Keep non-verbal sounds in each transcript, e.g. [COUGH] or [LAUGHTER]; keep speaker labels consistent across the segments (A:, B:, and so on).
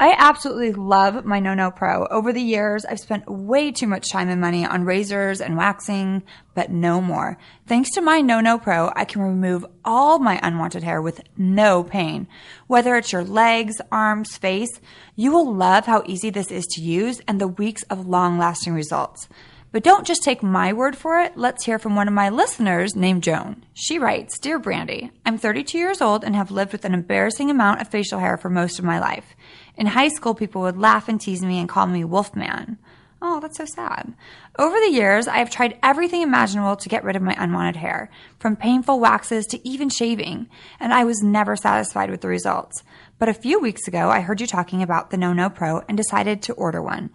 A: I absolutely love my No No Pro. Over the years, I've spent way too much time and money on razors and waxing, but no more. Thanks to my No No Pro, I can remove all my unwanted hair with no pain. Whether it's your legs, arms, face, you will love how easy this is to use and the weeks of long lasting results. But don't just take my word for it. Let's hear from one of my listeners named Joan. She writes Dear Brandy, I'm 32 years old and have lived with an embarrassing amount of facial hair for most of my life. In high school, people would laugh and tease me and call me Wolfman. Oh, that's so sad. Over the years, I have tried everything imaginable to get rid of my unwanted hair, from painful waxes to even shaving, and I was never satisfied with the results. But a few weeks ago, I heard you talking about the No No Pro and decided to order one.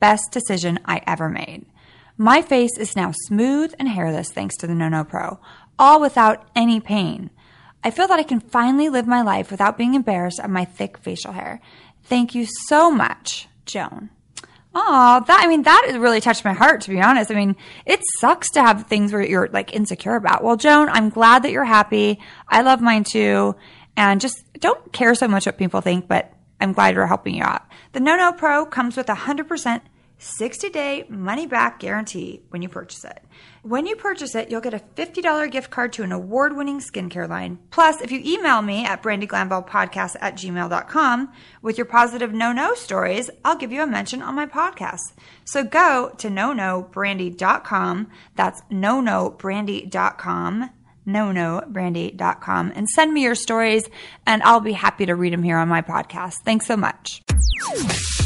A: Best decision I ever made. My face is now smooth and hairless thanks to the No No Pro, all without any pain. I feel that I can finally live my life without being embarrassed of my thick facial hair. Thank you so much, Joan. Oh, that I mean that really touched my heart to be honest. I mean, it sucks to have things where you're like insecure about. Well, Joan, I'm glad that you're happy. I love mine too. And just don't care so much what people think, but I'm glad we're helping you out. The No No Pro comes with a 100% 60 day money back guarantee when you purchase it. When you purchase it, you'll get a $50 gift card to an award winning skincare line. Plus, if you email me at brandyglambalpodcast at gmail.com with your positive no no stories, I'll give you a mention on my podcast. So go to no no brandy.com. That's no no brandy.com no no brandy.com and send me your stories and I'll be happy to read them here on my podcast. Thanks so much.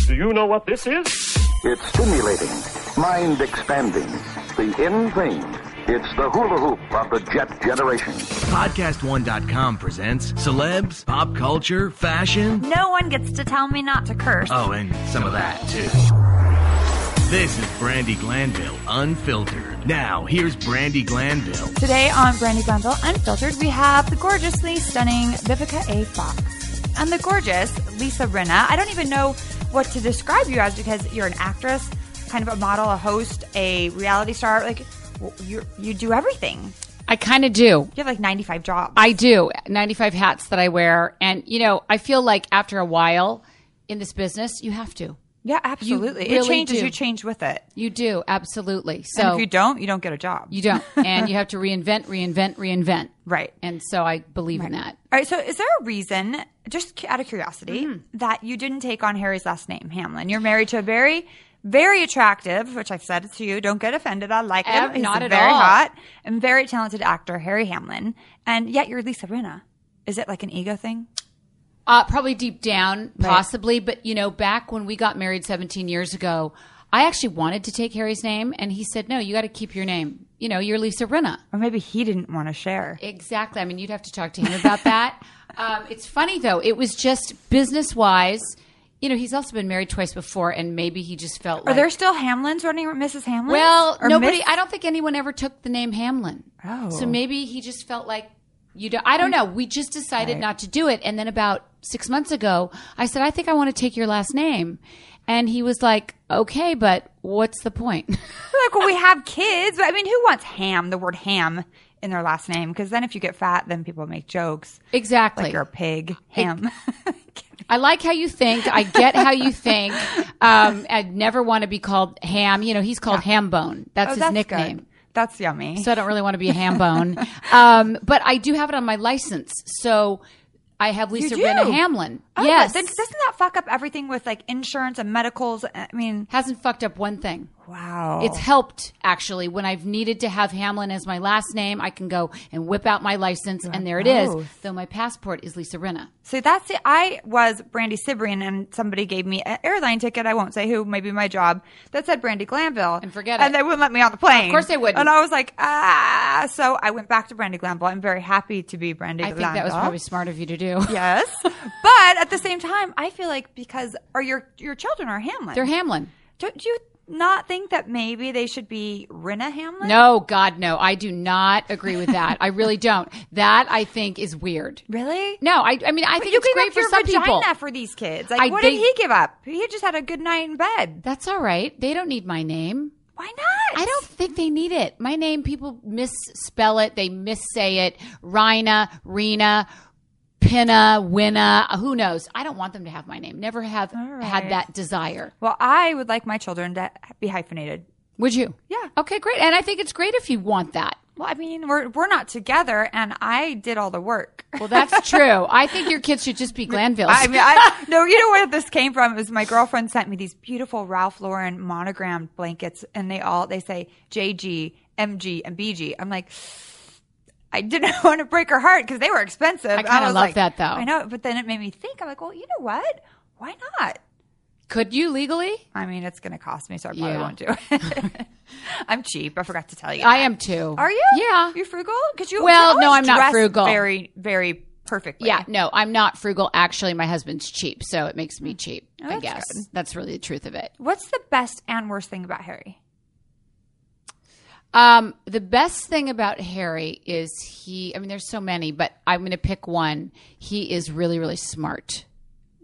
B: Do you know what this is?
C: It's stimulating, mind expanding, the in thing. It's the hula hoop of the jet generation.
D: Podcast1.com presents celebs, pop culture, fashion.
A: No one gets to tell me not to curse.
D: Oh, and some of that, too. This is Brandy Glanville, unfiltered. Now, here's Brandy Glanville.
A: Today on Brandy Glanville Unfiltered, we have the gorgeously stunning Vivica A. Fox and the gorgeous Lisa Rinna. I don't even know what to describe you as because you're an actress, kind of a model, a host, a reality star. Like you, you do everything.
E: I kind of do.
A: You have like 95 jobs.
E: I do. 95 hats that I wear. And, you know, I feel like after a while in this business, you have to.
A: yeah, absolutely. it
E: really
A: changes.
E: do.
A: You change with it.
E: You do, absolutely.
A: and
E: So
A: if you don't, you don't get a job.
E: you don't. And you have to reinvent, reinvent, reinvent.
A: Right.
E: And so I believe in that.
A: All right. So, is there a reason, just cu- out of curiosity,
E: Mm-hmm.
A: that you didn't take on Harry's last name, Hamlin? You're married to a very, very attractive, which I've said to you. Don't get offended. I like him.
E: Ev-
A: He's
E: not at
A: very
E: all.
A: hot and very talented actor, Harry Hamlin. And yet, you're Lisa Rinna. Is it like an ego thing?
E: Uh, probably deep down, possibly. But, you know, back when we got married 17 years ago, I actually wanted to take Harry's name. And he said, no, you got to keep your name. You know, you're Lisa Rinna.
A: Or maybe he didn't want to share.
E: Exactly. I mean, you'd have to talk to him
A: [LAUGHS]
E: about that. um, it's funny though. It was just business wise. You know, he's also been married twice before, and maybe he just felt.
A: Are
E: like,
A: there still Hamlins running around? Mrs. Hamlin?
E: Well,
A: Or
E: nobody.
A: Miss-
E: I don't think anyone ever took the name Hamlin.
A: Oh.
E: So maybe he just felt like you. Don't, I don't know. We just decided not to do it, and then about six months ago, I said, "I think I want to take your last name," and he was like, "Okay, but what's the point?" [LAUGHS]
A: like, well, we have kids. But I mean, who wants ham, the word ham, in their last name? Because then if you get fat, then people make jokes.
E: exactly.
A: Like you're a pig. Ham. [LAUGHS]
E: I like how you think. I get how you think. Um, I'd never want to be called Ham. You know, he's called Hambone. That's
A: Oh,
E: his
A: that's
E: nickname.
A: good. That's yummy.
E: So I don't really want to be a Hambone.
A: [LAUGHS]
E: um, but I do have it on my license. So I have Lisa
A: do?
E: Rinna Hamlin.
A: Oh, but
E: yes.
A: Then doesn't that fuck up everything with like insurance and medicals? I mean,
E: Hasn't fucked up one thing.
A: wow.
E: It's helped actually when I've needed to have Hamlin as my last name. I can go and whip out my license, and there it is.
A: both.
E: Though my passport is Lisa Rinna.
A: so that's it. I was Brandy Cibrian, and somebody gave me an airline ticket. I won't say who, maybe my job that said Brandy Glanville,
E: And forget
A: And
E: it.
A: they wouldn't let me on the plane.
E: Of course they wouldn't.
A: And I was like, ah. So I went back to Brandy Glanville. I'm very happy to be Brandy.
E: I think that was
A: Glanville.
E: probably smart of you to do. [LAUGHS]
A: yes, but at the same time, I feel like because or your your children are Hamlin.
E: They're Hamlin.
A: Don't you not think that maybe they should be Rinna Hamlin?
E: No, God, no. I do not agree with that. I really don't. That I think is weird.
A: really?
E: No, I, I mean, I
A: But
E: think
A: you
E: it's
A: gave
E: great
A: up
E: for
A: your
E: some
A: vagina
E: people.
A: for these kids. Like,
E: I
A: what did
E: think-
A: he give up? He just had a good night in bed.
E: That's all right. They don't need my name.
A: Why not?
E: I don't think they need it. My name, people misspell it. They missay it. Rina, Rena, Pinna, Winna, uh, who knows? I don't want them to have my name. Never have had that desire.
A: Well, I would like my children to be hyphenated.
E: Would you?
A: Yeah.
E: Okay, great. And I think it's great if you
A: [LAUGHS]
E: want that.
A: Well, I mean, we're we're not together, and I did all the work. [LAUGHS]
E: Well, that's true. I think your kids should just be Glanville.
A: I mean, I no, you know where this came from. It was my girlfriend sent me these beautiful Ralph Lauren monogrammed blankets, and they all they say JG, MG, and BG. I'm like. I didn't [LAUGHS] want to break her heart because they were expensive. I
E: kinda
A: was
E: love
A: like-
E: that, though.
A: I know, but then it made me think. I'm like, well, you know what? Why not?
E: Could you legally?
A: I mean, it's going to cost me, so I probably
E: Yeah.
A: won't do it. [LAUGHS] I'm cheap. I forgot to tell you.
E: I am too.
A: Are you?
E: Yeah.
A: You're frugal? Because you
E: Well,
A: you're
E: no,
A: always
E: I'm not
A: dressed
E: frugal.
A: Very, very perfectly.
E: Yeah, no, I'm not frugal. Actually, my husband's cheap, so it makes me cheap. I
A: Oh, that's
E: guess
A: good.
E: that's really the truth of it.
A: What's the best and worst thing about Harry?
E: Um, the best thing about Harry is he. I mean, there's so many, but I'm going to pick one. He is really, really smart.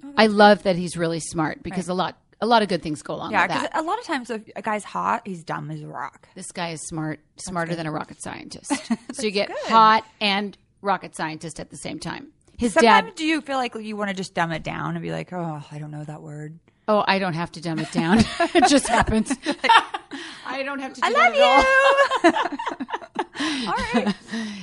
A: Oh,
E: I love that he's really smart because a lot, a lot of good things go along
A: Yeah, uh,
E: with
A: because
E: that.
A: a lot of times if a guy's hot, he's dumb as a rock.
E: this guy is smart, smarter than a
A: [LAUGHS]
E: rocket scientist. so you get hot and rocket scientist at the same time. His
A: Sometimes
E: dad.
A: do you feel like you want to just dumb it down and be like, oh, I don't know that word.
E: Oh, I don't have to dumb it down. [LAUGHS] it just [LAUGHS] happens. I don't have to. Do
A: I love
E: that at all.
A: you. [LAUGHS]
E: [LAUGHS]
A: all right,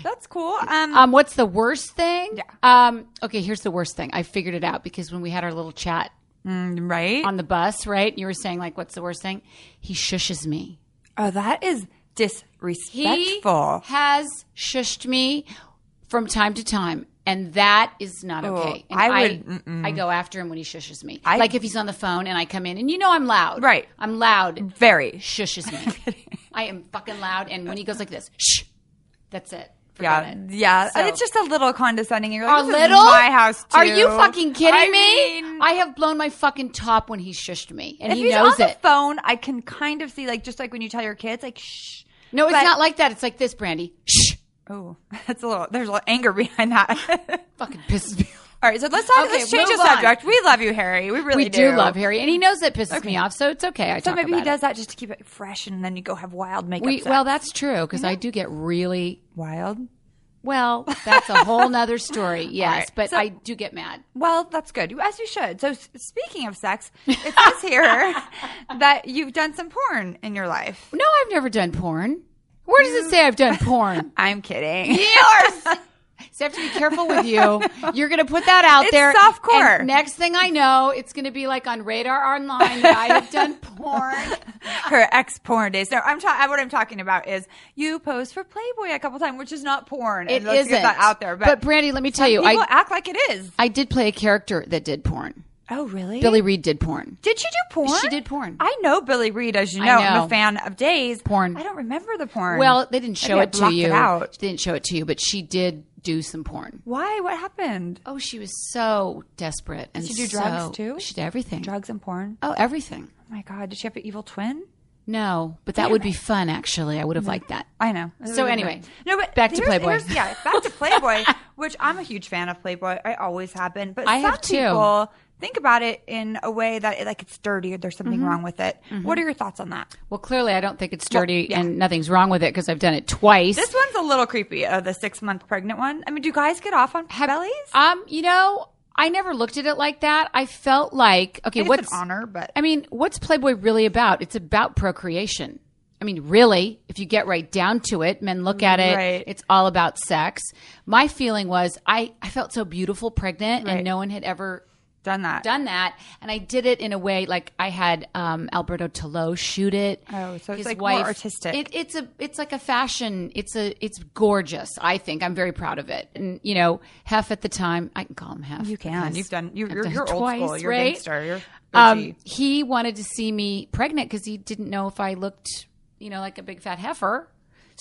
A: that's cool. Um,
E: Um, what's the worst thing? Um, okay, here's the worst thing. I figured it out because when we had our little chat
A: right?
E: Um, on the bus, right? You were saying like, what's the worst thing? He shushes me.
A: oh, that is
E: He
A: disrespectful.
E: has shushed me from time to time, and that is not okay. And
A: I
E: I
A: would-
E: I, go after him when he shushes me. like if he's on the phone and I come in, and you know I'm loud,
A: Right.
E: I'm loud.
A: Very.
E: Shushes me. I am fucking loud, and when he goes like this, shh, that's it. Forget
A: Yeah,
E: it.
A: yeah.
E: So-
A: It's just a little condescending. You're like,
E: a
A: "This is
E: little?
A: my house. Too.
E: Are you fucking kidding
A: I
E: me?
A: mean-
E: I have blown my fucking top when he shushed me, and
A: if
E: he
A: he's
E: knows
A: on
E: it.
A: the phone, I can kind of see, like, just like when you tell your kids, like, shh.
E: No, it's
A: But-
E: not like that. It's like this, Brandy. Shh,
A: Oh, [LAUGHS] that's a little. There's a little anger [LAUGHS] behind that.
E: fucking pisses me. off.
A: All right, so let's talk.
E: Okay,
A: let's change the
E: move on.
A: subject. We love you, Harry. We really
E: We do love Harry, and he knows it pisses me off, so it's okay. I
A: So
E: talk
A: maybe
E: about
A: he does that just to keep it fresh, and then you go have wild
E: It.
A: makeup.
E: We,
A: sex.
E: well, that's true because
A: Mm-hmm.
E: I do get really.
A: wild. [LAUGHS]
E: Well, that's a whole nother story. Yes,
A: right,
E: but
A: so-
E: I do get mad.
A: Well, that's good, as you should. So, s- speaking of
E: [LAUGHS]
A: sex, it says here that you've done some porn in your life.
E: No, I've never done porn. Where does it say I've done porn?
A: I'm kidding.
E: So I have to be careful with you. You're going to put that out
A: It's
E: there.
A: softcore.
E: and next thing I know, it's going to be like on Radar Online that I have
A: [LAUGHS]
E: done porn.
A: [LAUGHS] her ex porn days. No, I'm ta- what I'm talking about is you posed for Playboy a couple times, which is not porn.
E: It
A: and let's
E: not
A: get that out there. But,
E: Brandy, let me tell you,
A: people
E: I
A: act like it is.
E: I did play a character that did porn.
A: Oh, really?
E: Billy Reed did porn.
A: did she do porn?
E: She did porn.
A: I know Billy Reed, as you
E: I
A: know. I'm
E: know.
A: a fan of Days.
E: Porn.
A: I don't remember the porn.
E: Well, they didn't show
A: Maybe I
E: it to
A: blocked
E: you.
A: out.
E: They didn't show it to you, but she did do some porn.
A: Why? What happened?
E: Oh, she was so desperate. And
A: she do
E: so-
A: drugs, too?
E: She did everything.
A: Drugs and porn.
E: Oh, everything.
A: Oh my God! Did she have an evil twin?
E: No, but that would be fun. Actually, I would have liked that.
A: I know.
E: So anyway,
A: no, but
E: back to
A: here's-
E: Playboy.
A: here's- yeah, back to
E: [LAUGHS]
A: Playboy, which I'm a huge fan of Playboy. I always have been, but
E: I
A: some
E: have too.
A: people think about it in a way that it, like it's dirty or there's something
E: Mm-hmm.
A: wrong with it. What are your thoughts on that?
E: Well, clearly, I don't think it's dirty
A: yeah.
E: and nothing's wrong with it because I've done it twice.
A: This one's a little creepy. Uh, the six month pregnant one. I mean, do guys get off on bellies?
E: um, you know, I never looked at it like that. I felt like, okay,
A: It's
E: what's
A: an honor, but
E: I mean, what's Playboy really about? It's about procreation. I mean, really, if you get right down to it, men look at it,
A: Right.
E: it's all about sex. My feeling was I, I felt so beautiful pregnant
A: Right.
E: and no one had ever
A: done that.
E: done that. And I did it in a way like I had um, Alberto Tolo shoot it.
A: Oh, so it's, like, more artistic.
E: It, it's a it's like a fashion. It's a it's gorgeous. I think I'm very proud of it. And you know, Hef at the time, I can call him Hef.
A: You can.
E: because
A: You've done. You,
E: I've
A: you're
E: done it
A: you're old school.
E: twice,
A: You're
E: right?
A: gangster. You're
E: Um,
A: OG.
E: he wanted to see me pregnant because he didn't know if I looked, you know, like a big fat heifer.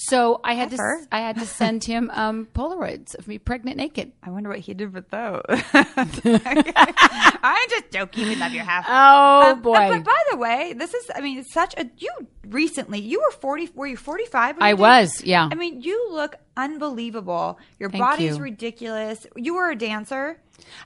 E: So I had
A: Heifer?
E: to I had to send him um, Polaroids of me pregnant naked.
A: I wonder what he did with [LAUGHS] those. I'm just joking. We love your half.
E: Oh Uh,
A: Um, But by the way, this is, I mean, it's such a, you recently. You were 40, were you 45? when
E: I
A: you did-
E: was, yeah.
A: I mean, you look unbelievable. Your
E: Thank
A: body's
E: you.
A: ridiculous. You were a dancer.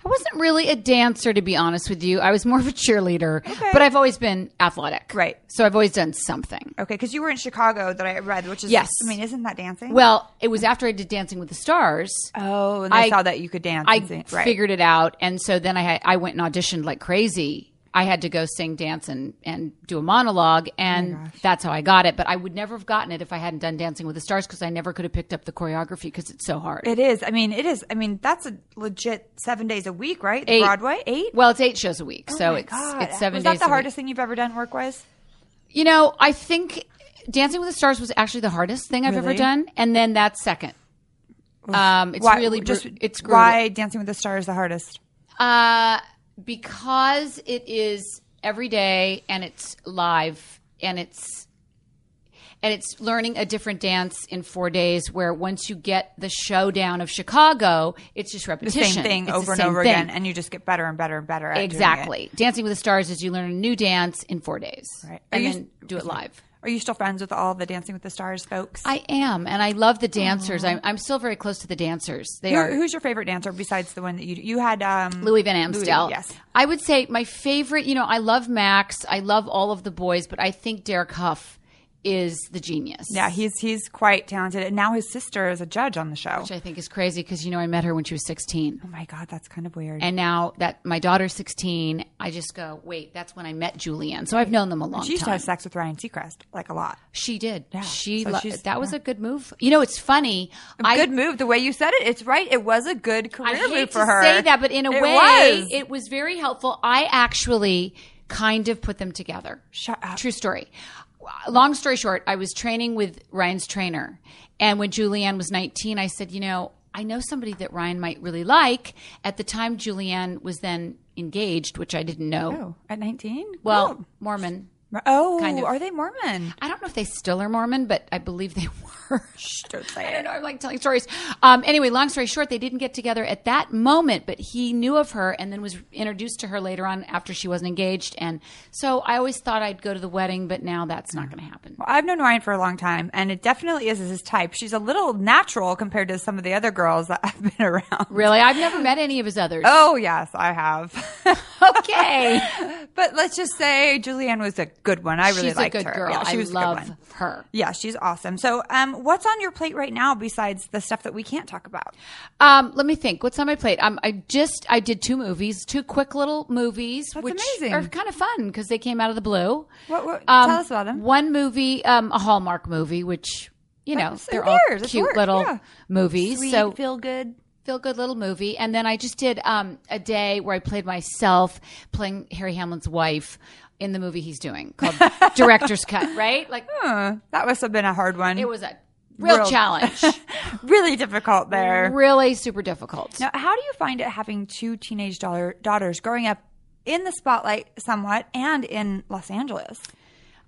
E: I wasn't really a dancer, to be honest with you. I was more of a cheerleader, but I've always been athletic.
A: Right.
E: So I've always done something.
A: Okay, because you were in Chicago that I read, which is,
E: Yes.
A: I mean, isn't that dancing?
E: Well, it was after I did Dancing with the Stars.
A: oh, and I,
E: I-
A: saw that you could dance.
E: I
A: and sing. right.
E: figured it out, and so then I had, I went and auditioned like crazy. I had to go sing, dance, and and do a monologue,
A: Oh
E: and that's how I got it. But I would never have gotten it if I hadn't done Dancing with the Stars because I never could have picked up the choreography because it's so hard.
A: It is. I mean, it is. I mean, that's a legit seven days a week, right?
E: Eight.
A: Broadway, eight.
E: well, it's eight shows a week, so
A: Oh my
E: it's
A: God.
E: it's seven
A: Was
E: days.
A: that the
E: a week.
A: hardest thing you've ever done work wise?
E: You know, I think Dancing with the Stars was actually the hardest thing I've ever
A: Really?
E: done, and then that's second. Um, it's really bru- it's brutal.
A: why Dancing with the Stars the hardest.
E: Uh, because it is every day and it's live and it's and it's learning a different dance in four days. Where once you get the showdown of Chicago, it's just repetition,
A: Same thing
E: It's the
A: over and
E: same
A: over
E: thing.
A: again, and you just get better and better and better. At doing it.
E: Exactly. Dancing with the Stars is you learn a new dance in four days,
A: Right. Are
E: and
A: you-
E: then do it live.
A: Are you still friends with all the Dancing with the Stars folks?
E: I am, and I love the dancers. I'm, I'm still very close to the dancers. They
A: Who-
E: are
A: who's your favorite dancer besides the one that you you had? Um,
E: Louis Van Amstel.
A: yes.
E: I would say my favorite. You know, I love Max. I love all of the boys, but I think Derek Huff is the genius.
A: Yeah, he's he's quite talented, and now his sister is a judge on the show.
E: which I think is crazy because you know I met her when she was 16,
A: oh my god, that's kind of weird.
E: and now that my daughter's 16, I just go, wait, that's when I met Julianne. So I've known them a long
A: she used to
E: time.
A: have sex with Ryan Seacrest like a lot.
E: She did. She
A: So
E: lo-
A: she's-
E: that was a good move. You know, it's funny. I-
A: good move. The way you said it, it's right. It was a good career
E: I hate
A: move for
E: to
A: her.
E: say that, but in a
A: It
E: way,
A: was.
E: it was very helpful. I actually kind of put them together.
A: Shut up.
E: True story. Long story short, I was training with Ryan's trainer, and when Julianne was 19, I said, you know, I know somebody that Ryan might really like. At the time, Julianne was then engaged, which I didn't know.
A: Oh, at nineteen.
E: Well, Mormon.
A: oh,
E: kind of.
A: are they Mormon?
E: I don't know if they still are Mormon, but I believe they [LAUGHS] were.
A: Don't
E: I
A: say
E: don't
A: it.
E: know. I'm like telling stories. Um, anyway, long story short, they didn't get together at that moment, but he knew of her and then was introduced to her later on after she wasn't engaged. And so I always thought I'd go to the wedding, but now that's not going to happen.
A: I've known Ryan for a long time, and it definitely is his type. She's a little natural compared to some of the other girls that I've been around.
E: Really? I've never met any of his others.
A: Oh yes, I have.
E: [LAUGHS] okay.
A: [LAUGHS] but let's just say Julianne was a good one. I really
E: She's a
A: liked
E: good
A: her.
E: girl.
A: Yeah, she
E: I
A: was a
E: love
A: good one.
E: her.
A: Yeah, she's awesome. So, um, what's on your plate right now besides the stuff that we can't talk about?
E: Um, let me think. What's on my plate? Um, I just I did two movies, two quick little movies, which
A: amazing.
E: are kind of fun because they came out of the blue. Um,
A: What- what- tell us about them.
E: One movie, um, a Hallmark movie, which you know
A: That's-
E: they're
A: who
E: all
A: cares? It's
E: cute
A: work,
E: little
A: yeah.
E: movies. so
A: feel good.
E: feel good little movie. And then I just did um, a day where I played myself playing Harry Hamlin's wife in the movie he's doing
A: [LAUGHS]
E: called Director's Cut. Right? Like
A: Hmm. That must have been a hard one.
E: it was a real
A: Real-
E: challenge,
A: [LAUGHS] really difficult there.
E: really super difficult.
A: Now, how do you find it having two teenage daughter- daughters growing up in the spotlight somewhat and in Los Angeles?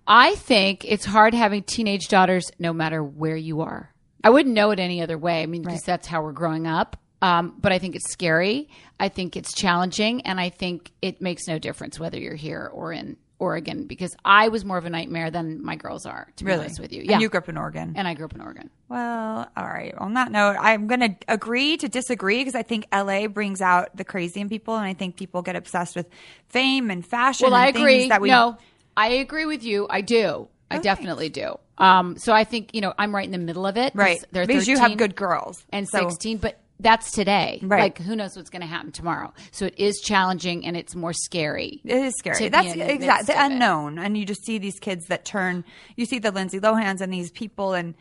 E: I think it's hard having teenage daughters no matter where you are. I wouldn't know it any other way. I mean, because that's how we're growing up. Um, but I think it's scary. I think it's challenging. And I think it makes no difference whether you're here or in Oregon because I was more of a nightmare than my girls are, to be honest with you. Yeah.
A: And you grew up in Oregon.
E: and I grew up in Oregon.
A: well, all right. On that note, I'm going to agree to disagree because I think LA brings out the crazy in people, and I think people get obsessed with fame and fashion.
E: Well, I
A: and things
E: agree.
A: That we
E: no, I agree with you. I do. I definitely do. Um, so I think, you know, I'm right in the middle of it. 'cause
A: right
E: They're
A: because you
E: 13.
A: have good girls
E: and
A: So-
E: 16 but that's today
A: Right.
E: like who knows what's going to happen tomorrow so it is challenging and it's more scary
A: It is
E: to
A: scary.
E: be
A: That's
E: in the
A: exactly
E: midst
A: the
E: of it.
A: unknown, and you just see these kids that turn. You see the Lindsay Lohan's and these people and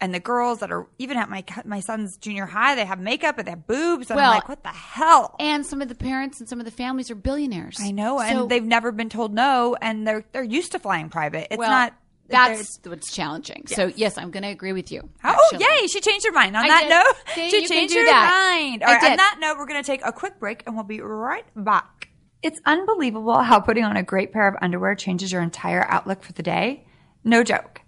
A: and the girls that are even at my my son's junior high. They have makeup and they have boobs. And
E: Well-
A: I'm like, what the hell?
E: and some of the parents and some of the families are billionaires
A: I know, and
E: So-
A: they've never been told no, and they're they're used to flying private. It's
E: well,
A: not
E: that's what's challenging so yes i'm going to agree with you
A: Oh,
E: actually.
A: yay! She changed her mind. On
E: I
A: that
E: did.
A: note,
E: See,
A: she
E: you can
A: changed
E: do
A: her
E: that.
A: mind.
E: I
A: All right. On
E: did.
A: that note, we're going to take a quick break, and we'll be right back. It's unbelievable how putting on a great pair of underwear changes your entire outlook for the day. No joke.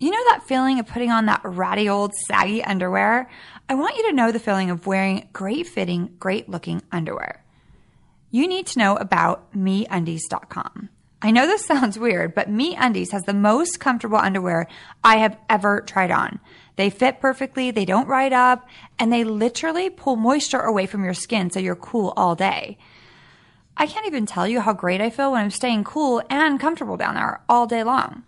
A: You know that feeling of putting on that ratty old saggy underwear? I want you to know the feeling of wearing great fitting, great looking underwear. You need to know about meundies.com. I know this [LAUGHS] sounds weird, but Me Undies has the most comfortable underwear I have ever tried on. They fit perfectly, they don't ride up, and they literally pull moisture away from your skin so you're cool all day. I can't even tell you how great I feel when I'm staying cool and comfortable down there all day long.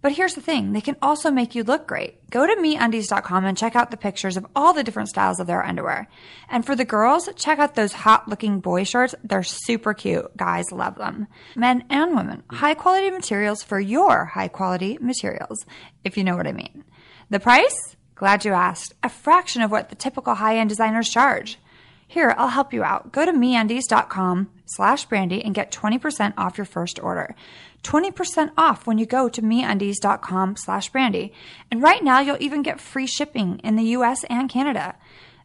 A: But here's the thing, they can also make you look great. Go to MeUndies.com and check out the pictures of all the different styles of their underwear. And for the girls, check out those hot looking boy shorts. They're super cute. Guys love them. Men and women, high quality materials for your high quality materials, if you know what I mean. The price? Glad you asked. A fraction of what the typical high-end designers charge. Here, I'll help you out. Go to meundies.com slash brandy and get 20% off your first order. 20% off when you go to meundies.com slash brandy. And right now, you'll even get free shipping in the US and Canada.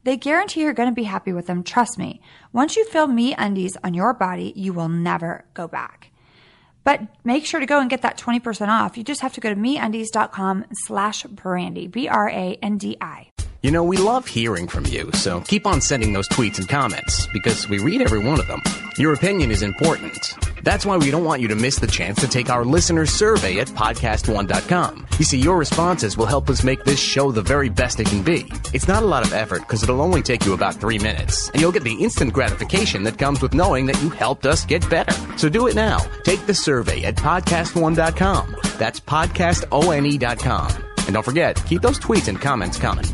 A: They guarantee you're going to be happy with them. Trust me. Once you feel me undies on your body, you will never go back. But make sure to go and get that 20% off. You just have to go to meundies.com slash brandy, B-R-A-N-D-I.
F: You know, we love hearing from you, so keep on sending those tweets and comments because we read every one of them. Your opinion is important. That's why we don't want you to miss the chance to take our listener survey at podcast1.com. You see, your responses will help us make this show the very best it can be. It's not a lot of effort because it'll only take you about three minutes, and you'll get the instant gratification that comes with knowing that you helped us get better. So do it now. Take the survey at podcast1.com. That's podcastone.com. E And don't forget, keep those tweets and comments coming.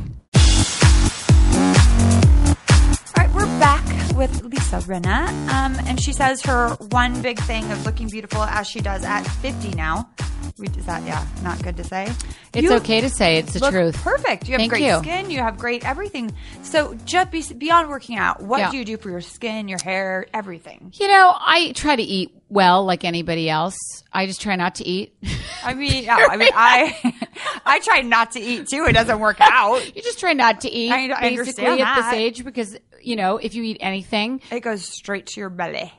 A: All right, we're back with Lisa Rinna, um, and she says her one big thing of looking beautiful as she does at 50 now. We, is that yeah, not good to say.
E: It's
A: You
E: okay to say it's the
A: look
E: truth.
A: Perfect. You have
E: Thank
A: great
E: you.
A: skin. You have great everything. So just be, beyond working out, what
E: Yeah.
A: do you do for your skin, your hair, everything?
E: You know, I try to eat well like anybody else. I just try not to eat. [LAUGHS]
A: I mean, yeah, I mean, I [LAUGHS] I try not to eat too. It doesn't work out.
E: you just try not to eat
A: I- I understand
E: basically at
A: that.
E: this age because, you know, if you eat anything,
A: It goes straight to your belly.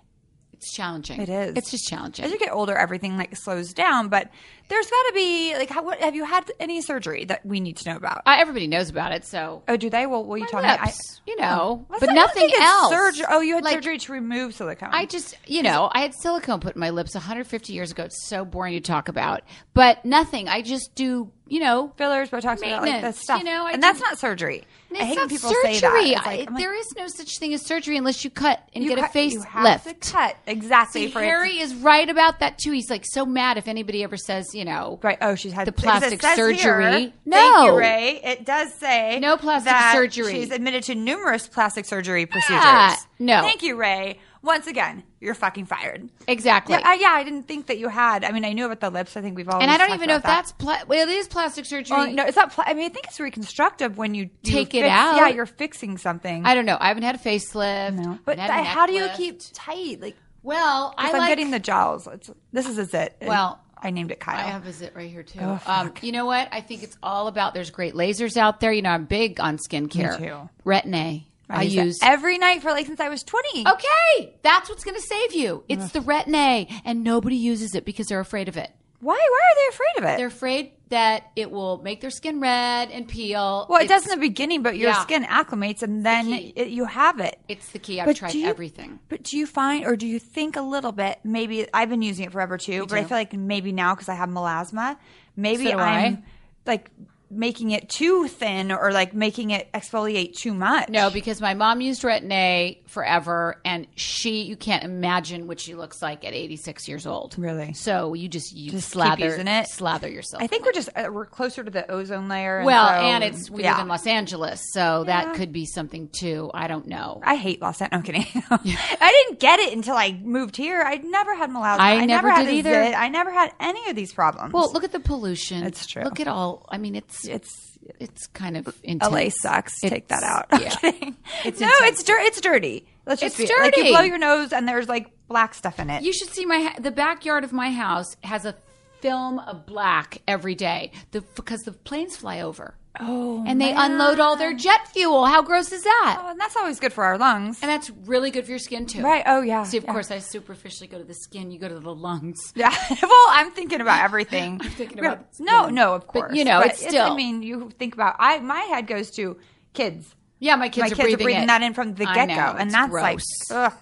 E: it's challenging.
A: It is.
E: It's just challenging.
A: As you get older, everything like slows down. But there's got to be like, how, what, have you had any surgery that we need to know about?
E: I, Uh, everybody knows about it, so
A: oh, do they? Well, will you tell me? I,
E: lips, you know,
A: Well,
E: but
A: I don't
E: nothing
A: think it's
E: else.
A: surger- oh, you had
E: Like,
A: surgery to remove silicone.
E: I just, you know, I had silicone put in my lips 150 years ago. It's so boring to talk about, but nothing. I just do, you know,
A: fillers, Botox, all like that
E: Maintenance,
A: stuff.
E: you know, I
A: and that's
E: did-
A: not surgery. I
E: It's
A: hate when
E: not
A: people
E: surgery.
A: say that. It's
E: I-
A: like, I'm like,
E: there is no such thing as surgery unless you cut and
A: you
E: get
A: cut-
E: a face
A: you have
E: lift.
A: To cut exactly
E: See,
A: for it
E: Harry is right about that too. He's like so mad if anybody ever says, you know,
A: Right. Oh, she's had
E: the
A: because it
E: plastic
A: says
E: surgery.
A: here-
E: no,
A: Thank you, Ray. It does say
E: No plastic
A: that
E: surgery.
A: She's admitted to numerous plastic surgery procedures.
E: no.
A: Thank you, Ray. Once again, you're fucking fired.
E: exactly.
A: yeah, I, yeah, I didn't think that you had. I mean, I knew about the lips. I think we've all.
E: and I don't even know if that's pla- well, it is plastic surgery.
A: Or, Oh, no, it's not. Pla- I mean, I think it's reconstructive when you you
E: Take it
A: fix-
E: out.
A: Yeah, you're fixing something.
E: I don't know. I haven't had a facelift. haven't
A: But
E: had a
A: th- how do you
E: neck lift.
A: keep tight? Like,
E: Well, I
A: I am
E: like,
A: getting the jowls. It's, this is a zit. And
E: Well,
A: I named it Kyle.
E: I have a zit right here too.
A: Oh,
E: Um, you know what? I think it's all about. There's great lasers out there. You know, I'm big on skincare.
A: Me too.
E: Retin A. I,
A: I
E: use.
A: it every night for like since I was 20.
E: okay, that's what's going to save you. It's the Retin A, and nobody uses it because they're afraid of it.
A: Why? Why are they afraid of it?
E: They're afraid that it will make their skin red and peel.
A: Well, it
E: It's-
A: does in the beginning, but your
E: yeah.
A: skin acclimates, and then
E: key.
A: it, you have it.
E: It's the key. I've
A: But
E: tried
A: do you-
E: everything.
A: But do you find, or do you think a little bit? Maybe I've been using it forever too, but I feel like maybe now because I have melasma, maybe
E: So do
A: I'm
E: I.
A: like making it too thin or like making it exfoliate too much.
E: No, because my mom used Retin A forever, and she, you can't imagine what she looks like at 86 years old.
A: Really?
E: So you just you
A: Just keep
E: slather
A: using it?
E: slather yourself.
A: I think we're just uh, we're closer to the ozone layer. And
E: well,
A: so-
E: and it's we live in Los Angeles, so that could be something too. I don't know.
A: I hate Los Angeles.
E: [LAUGHS]
A: No, I'm kidding. [LAUGHS] I didn't get it until I moved here. I never had melasma.
E: I
A: never,
E: never
A: had
E: did
A: a
E: either.
A: zit. I never had any of these problems.
E: well, look at the pollution.
A: It's true.
E: Look at all. I mean, it's
A: it's
E: it's kind of intense.
A: LA sucks. Take that out. [LAUGHS]
E: yeah.
A: It's
E: It's
A: no, it's
E: intense.
A: dir- it's dirty. Let's just
E: It's
A: be, Like you
E: dirty.
A: blow your nose and there's like black stuff in it.
E: You should see my ha- the backyard of my house has a film of black every day the, because the planes fly over. Oh, and they unload all their jet fuel. How gross is that?
A: oh, and that's always good for our lungs.
E: And that's really good for your skin too.
A: right? Oh yeah.
E: See, of
A: yeah.
E: course, I superficially go to the skin. You go to the lungs.
A: [LAUGHS] Yeah. [LAUGHS] well, I'm thinking about
E: [LAUGHS]
A: everything. I'm
E: thinking about
A: no, no, of course.
E: you know, it's
A: I
E: still-
A: mean, you think about. I my head goes to kids.
E: Yeah, my kids,
A: My
E: are,
A: kids
E: breathing
A: are breathing
E: it.
A: that in from the
E: I
A: get go,
E: know,
A: and
E: it's
A: that's
E: gross.
A: like, ugh.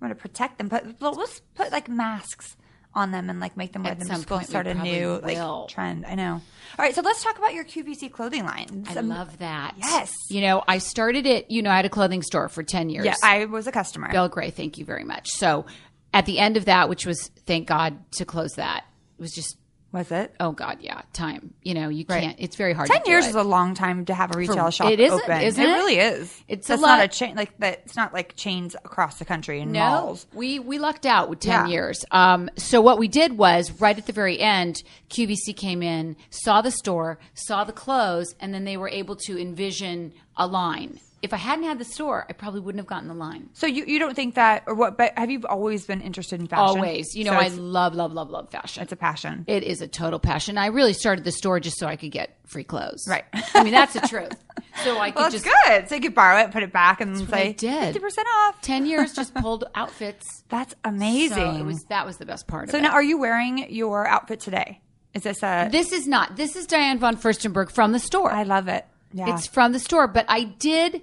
A: I'm gonna protect them, but but let's put like masks on them and like make them wear
E: At
A: them to
E: some
A: school,
E: point we
A: start a
E: probably
A: new
E: will.
A: like trend. I know. All right, so let's talk about your QVC clothing Um, line.
E: I
A: Some-
E: love that.
A: Yes.
E: You know, I started it, you know, I had a clothing store for 10 years.
A: Yeah, I was a customer.
E: Bill Gray, thank you very much. So at the end of that, which was thank God to close that, it was just,
A: was it?
E: oh God, yeah, time. You know, you
A: Right.
E: can't, it's very hard
A: Ten
E: to do
A: years
E: it.
A: is a long time to have a retail
E: For-
A: shop
E: it isn't,
A: open.
E: isn't
A: it
E: it?
A: really is.
E: It's a
A: That's
E: lot-
A: not a chain like that. It's not like chains across the country and malls.
E: We we lucked out with ten
A: Yeah.
E: years. Um, so what we did was right at the very end, QVC came in, saw the store, saw the clothes, and then they were able to envision a line. If I hadn't had the store, I probably wouldn't have gotten the line.
A: So you, you don't think that or what? But have you always been interested in fashion?
E: Always, you know,
A: So
E: I
A: it's,
E: love love love love fashion.
A: it's a passion.
E: It is a total passion. I really started the store just so I could get free clothes.
A: Right.
E: I
A: [LAUGHS]
E: mean, that's the truth. So I could
A: well, that's
E: just
A: good. So you could borrow it, put it back, and
E: what I
A: say
E: did.
A: fifty percent off.
E: ten years just pulled outfits.
A: [LAUGHS] That's [LAUGHS] amazing.
E: So it was that was the best part.
A: So
E: of it.
A: now, are you wearing your outfit today? Is this a?
E: This is not. This is Diane von Furstenberg from the store.
A: I love it. Yeah.
E: It's from the store, but I did.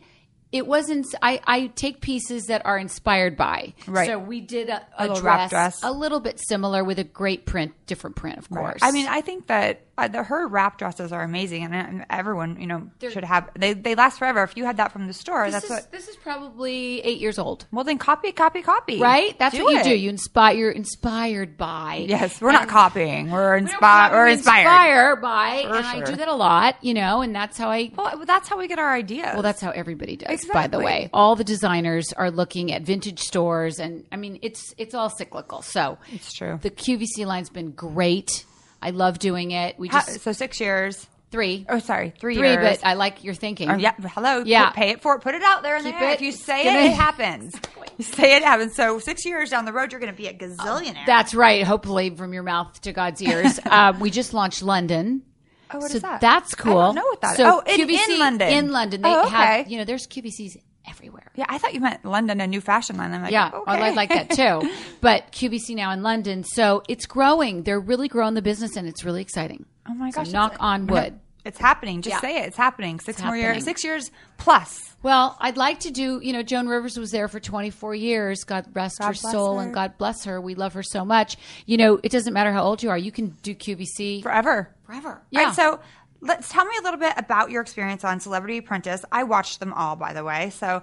E: It wasn't. I, I take pieces that are inspired by.
A: Right.
E: So we did a, a,
A: little
E: dress,
A: wrap dress.
E: a little bit similar with a great print, different print, of course.
A: I mean, I think that uh, the, her wrap dresses are amazing, and, and everyone you know should have. They they last forever. If you had that from the store,
E: this
A: that's
E: is
A: what.
E: this is probably eight years old.
A: Well, then copy, copy, copy.
E: Right? That's what you
A: it.
E: do. You inspire. You're inspired by.
A: yes, we're not copying. We're
E: We're
A: inspired. We're inspired.
E: inspired by,
A: For
E: and I
A: sure.
E: do that a lot, you know, and that's how I
A: Well, that's how we get our ideas.
E: Well, that's how everybody does. By the
A: Exactly.
E: way, all the designers are looking at vintage stores, and I mean, it's it's all cyclical. So
A: It's true.
E: The QVC line's been great. I love doing it. We
A: How-
E: just
A: so six years.
E: three,
A: Oh, sorry, three,
E: three,
A: years.
E: but I like your thinking.
A: Oh, yeah. Hello.
E: Yeah.
A: Put- pay it for it. Put it out there in
E: Keep
A: the air.
E: it.
A: If you say
E: Give
A: it,
E: it-
A: it happens. You say it happens. So six years down the road, you're going to be a gazillionaire.
E: That's right. Hopefully, from your mouth to God's
A: [LAUGHS]
E: ears. um, we just launched London.
A: oh, what is
E: so
A: that?
E: that's cool.
A: I don't know what that is. Oh,
E: so
A: in- in
E: QVC
A: London.
E: In London, they
A: Oh, okay.
E: have you know, there's QVCs everywhere.
A: yeah, I thought you meant London, a new fashion line. I'm like,
E: Yeah, oh,
A: okay.
E: I like- like that too. But QVC now in London, so it's growing. They're really growing the business, and it's really exciting.
A: Oh my
E: So
A: gosh!
E: knock
A: it's-
E: on wood.
A: [LAUGHS] It's happening. Just
E: Yeah.
A: say it. It's happening. Six more
E: happening.
A: years. Six years plus.
E: Well, I'd like to do. You know, Joan Rivers was there for 24 years. God rest her
A: bless
E: soul, and
A: her.
E: God bless her. We love her so much. You know, it doesn't matter how old you are. You can do QVC.
A: Forever.
E: Forever.
A: Yeah.
E: Yeah.
A: so let's tell me a little bit about your experience on Celebrity Apprentice. I watched them all, by the way. So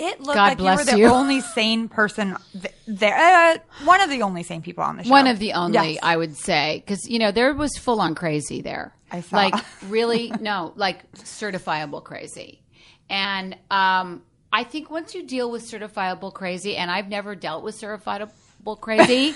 A: it looked
E: God
A: like you were
E: bless
A: the
E: you. [LAUGHS]
A: only sane person th- there. Uh, one of the only sane people on the show.
E: One of the only,
A: Yes.
E: I would say, because you know there was full on crazy there.
A: I saw.
E: like
A: [LAUGHS]
E: really no, like certifiable crazy, and um, I think once you deal with certifiable crazy, and I've never dealt with certifiable
A: [LAUGHS]
E: crazy,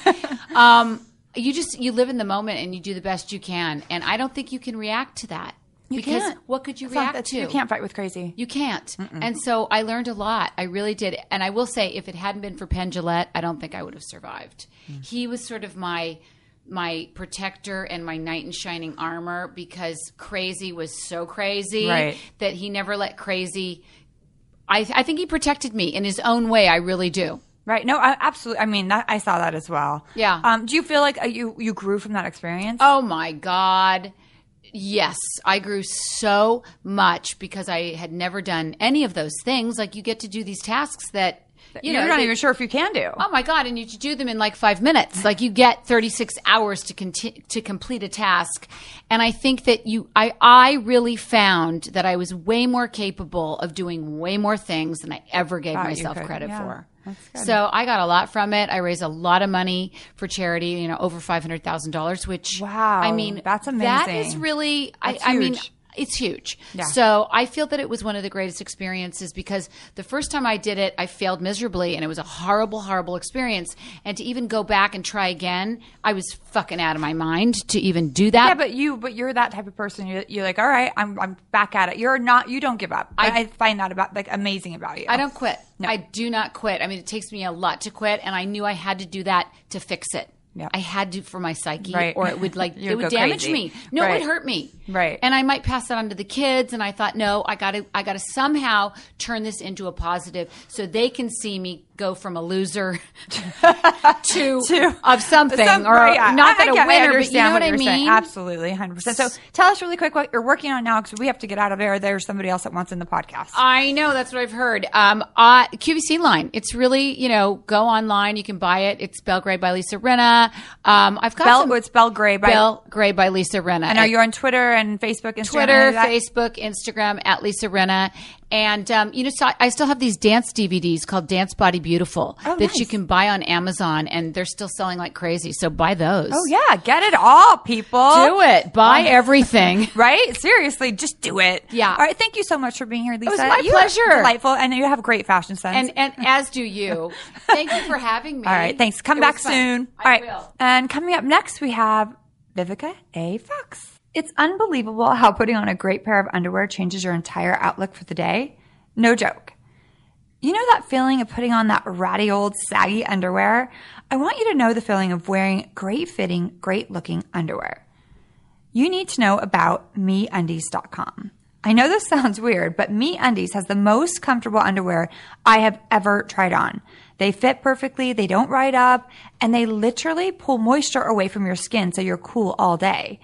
E: um, you just you live in the moment and you do the best you can, and I don't think you can react to that because
A: can't.
E: what could you
A: It's not-
E: react
A: that's-
E: to?
A: You can't fight with crazy.
E: You can't. And so I learned a lot. I really did. And I will say, if it hadn't been for Penn Jillette, I don't think I would have survived. He was sort of my my protector and my knight in shining armor because crazy was so crazy
A: Right.
E: that he never let crazy. I, I think he protected me in his own way. I really do.
A: Right? No, I, absolutely. I mean, that, I saw that as well.
E: Yeah.
A: Um, do you feel like uh, you you grew from that experience?
E: Oh my God. Yes, I grew so much because I had never done any of those things. Like you get to do these tasks that you
A: you are
E: know,
A: not
E: that-
A: even sure if you can do.
E: Oh my god! And you should do them in like five minutes. Like you get thirty six hours to conti- to complete a task, and I think that you, I, I really found that I was way more capable of doing way more things than I ever gave
A: Thought you
E: myself
A: could.
E: credit
A: Yeah.
E: for.
A: That's good.
E: So I got a lot from it. I raised a lot of money for charity. You know, over five hundred thousand dollars. Which
A: Wow,
E: I mean,
A: that's
E: That
A: amazing.
E: is really. I,
A: That's
E: I mean,
A: huge.
E: it's huge.
A: Yeah.
E: So I feel that it was one of the greatest experiences because the first time I did it, I failed miserably and it was a horrible, horrible experience. And to even go back and try again, I was fucking out of my mind to even do that.
A: Yeah, but you, but you're that type of person. You're, you're like, all right, I'm, I'm back at it. You're not, you don't give up. I, I find that about like amazing about you.
E: I don't quit. I do not quit. I mean, it takes me a lot to quit, and I knew I had to do that to fix it.
A: Yeah.
E: I had to for my psyche,
A: Right.
E: or it would
A: [LAUGHS]
E: like
A: You
E: it
A: would
E: would
A: go
E: damage
A: crazy.
E: me. No, it
A: Right.
E: would hurt me.
A: Right.
E: And I might pass that on to the kids. And I thought, no, I got to, I got to somehow turn this into a positive, so they can see me go from a loser [LAUGHS]
A: [LAUGHS]
E: to, of something
A: Some-
E: or
A: right, yeah.
E: not
A: I-
E: that
A: I
E: a
A: get- I
E: winner, but you
A: understand
E: know what, I
A: you're
E: mean?
A: saying. Absolutely, hundred percent. So tell us really quick what you're working on now because we have to get out of there. There's somebody else that wants in the podcast.
E: I know that's what I've heard. Um, uh, QVC line. It's really you know go online. You can buy it. It's Belgrade by Lisa Renna. Um, I've got
A: Bell, oh,
E: some
A: it's Bell Gray. By,
E: Belgrade by Lisa Renna.
A: and are you on Twitter and Facebook, Instagram,
E: Twitter,
A: any of that?
E: Facebook, Instagram at Lisa Renna. And um, you know, so I still have these dance DVDs called Dance Body Beautiful
A: Oh,
E: that you can buy on Amazon, and they're still selling like crazy. So buy those.
A: Oh yeah, get it all, people.
E: do it. Buy
A: [LAUGHS]
E: everything.
A: Right? Seriously, just do it.
E: Yeah.
A: All right. Thank you so much for being here, Lisa.
E: was my
A: You are
E: pleasure.
A: Delightful, and you have great fashion sense.
E: And and as
A: [LAUGHS]
E: do you. Thank you for having me.
A: All right. Thanks. Come
E: It
A: back
E: was fun.
A: soon.
E: I
A: All right.
E: will.
A: And coming up next, we have Vivica A. Fox. It's unbelievable how putting on a great pair of underwear changes your entire outlook for the day. No joke. You know that feeling of putting on that ratty old saggy underwear? I want you to know the feeling of wearing great fitting, great looking underwear. You need to know about MeUndies.com. I know this [LAUGHS] sounds weird, but MeUndies has the most comfortable underwear I have ever tried on. They fit perfectly, they don't ride up, and they literally pull moisture away from your skin so you're cool all day.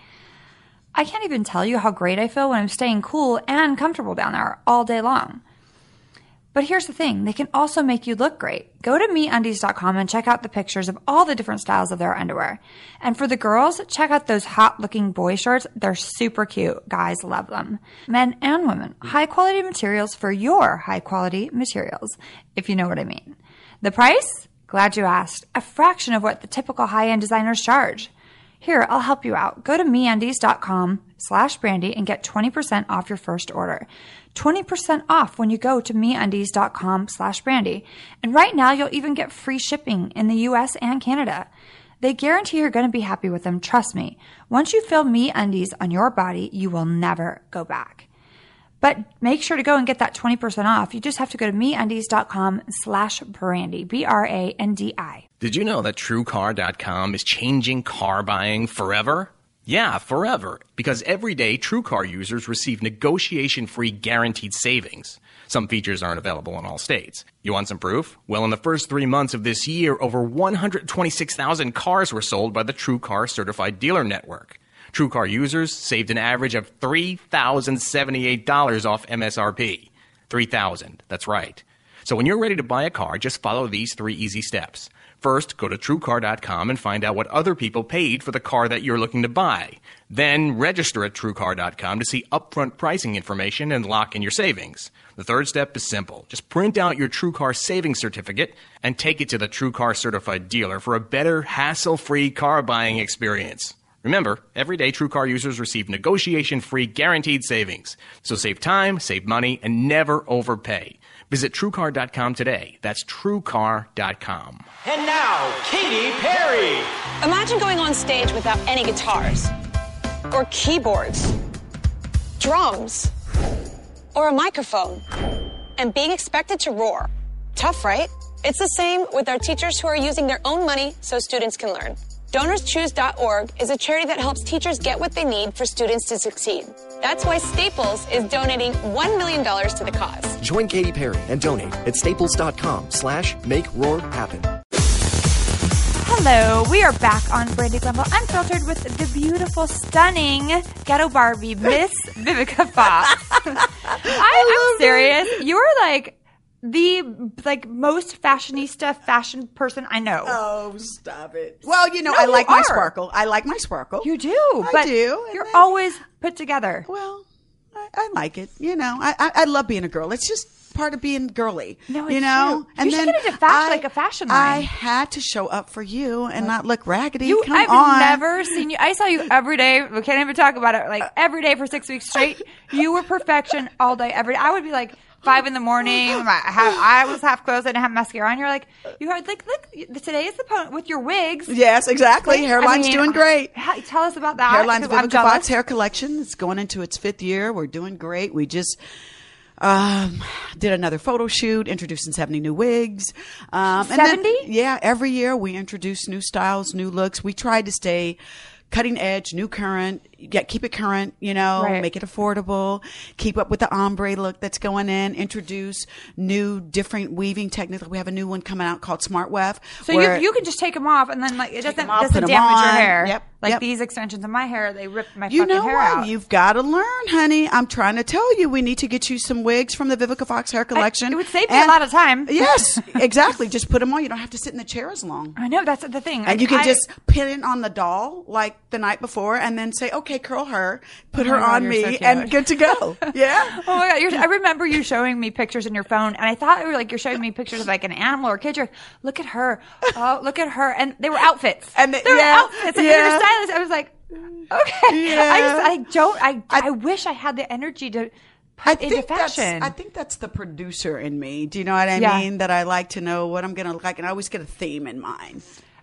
A: I can't even tell you how great I feel when I'm staying cool and comfortable down there all day long. But here's the thing, they can also make you look great. Go to MeUndies.com and check out the pictures of all the different styles of their underwear. And for the girls, check out those hot looking boy shorts. They're super cute. Guys love them. Men and women, high quality materials for your high quality materials, if you know what I mean. The price? Glad you asked. A fraction of what the typical high end designers charge. Here, I'll help you out. Go to meandies.com slash brandy and get 20% off your first order. 20% off when you go to meandies.com slash brandy. And right now, you'll even get free shipping in the US and Canada. They guarantee you're going to be happy with them. Trust me. Once you feel me undies on your body, you will never go back. But make sure to go and get that 20% off. You just have to go to meandies.com slash brandy, B R A N D I.
F: Did you know that TrueCar.com is changing car buying forever? Yeah, forever. Because every day, TrueCar users receive negotiation free guaranteed savings. Some features aren't available in all states. You want some proof? Well, in the first three months of this year, over 126,000 cars were sold by the TrueCar certified dealer network. TrueCar users saved an average of $3,078 off MSRP. 3000 That's right. So when you're ready to buy a car, just follow these three easy steps. First, go to truecar.com and find out what other people paid for the car that you're looking to buy. Then, register at truecar.com to see upfront pricing information and lock in your savings. The third step is simple. Just print out your TrueCar savings certificate and take it to the TrueCar certified dealer for a better, hassle-free car buying experience. Remember, everyday TrueCar users receive negotiation-free guaranteed savings. So save time, save money, and never overpay. Visit TrueCar.com today. That's TrueCar.com.
G: And now, Katy Perry.
H: Imagine going on stage without any guitars, or keyboards, drums, or a microphone, and being expected to roar. Tough, right? It's the same with our teachers who are using their own money so students can learn. DonorsChoose.org is a charity that helps teachers get what they need for students to succeed. That's why Staples is donating $1 million to the cause.
I: Join Katy Perry and donate at staples.com slash make roar happen.
A: Hello, we are back on Brandy Glenville Unfiltered with the beautiful, stunning ghetto Barbie,
J: [LAUGHS]
A: Miss Vivica Fox. I, I'm serious. You are like the like most fashionista fashion person I know.
J: Oh, stop it. Well, you know,
A: No,
J: I
A: you
J: like my
A: are.
J: sparkle. I like my sparkle.
A: you do,
J: I
A: but
J: do. and
A: you're
J: I-
A: always put together.
J: Well, I, I like it. You know, I, I, I love being a girl. It's just part of being girly.
A: No, it's
J: you know,
A: true. You should get into fashion- like a fashion line.
J: I had to show up for you and not look raggedy.
A: You,
J: Come
A: I've
J: on.
A: never seen you. I saw you every day. We can't even talk about it. Like
J: Uh,
A: every day for six weeks straight, you were perfection all day, every day. I would be like five in the morning.
J: [LAUGHS]
A: My, half, I was half closed. I didn't have mascara on. You're like, you had like, look, today is the point with your wigs.
J: Yes, exactly.
A: I
J: Hairline's
A: mean,
J: doing great.
A: ha- Tell us about that.
J: Hairline's
A: 'cause I'm
J: Vivica
A: jealous.
J: Fox hair collection. It's going into its fifth year. We're doing great. We just um, did another photo shoot, introducing seventy new wigs. Um, and then-
A: 70?
J: yeah, every year we introduce new styles, new looks. We try to stay cutting edge, new current. yeah, keep it current, you know,
A: Right.
J: make it affordable, keep up with the ombre look that's going in, introduce new different weaving techniques. We have a new one coming out called Smart Wef.
A: So
J: where-
A: you, you can just take them off and then like it doesn't
J: 'em off,
A: doesn't
J: put 'em
A: damage your
J: on.
A: hair.
J: Yep,
A: Like
J: yep.
A: these extensions in my hair, they ripped my
J: You
A: fucking
J: know
A: hair
J: what?
A: out.
J: You've got to learn, honey. I'm trying to tell you, we need to get you some wigs from the Vivica Fox hair collection.
A: it would save me a lot of time.
J: yes, exactly. Just put them on. You don't have to sit in the chair as long.
A: I know that's the thing.
J: And you can
A: I-
J: just pin it on the doll like the night before and then say, okay, curl her, put
A: Oh
J: her
A: my God,
J: on
A: you're
J: me,
A: so cute.
J: and good to go. [LAUGHS] Yeah.
A: Oh my god! You're, I remember you showing me pictures in your phone, and I thought you were like you're showing me pictures of like an animal or a kid. You're like, look at her! Oh, look at her! And they were outfits.
J: And the-
A: they were
J: yeah,
A: outfits. And
J: yeah.
A: yeah. stylist. I was like, okay. I just I don't. I, I
J: I-
A: wish I had the energy to
J: I
A: put into
J: think, that's,
A: fashion.
J: I think that's the producer in me. Do you know what I
A: Yeah.
J: mean? That I like to know what I'm going to look like, and I always get a theme in mind.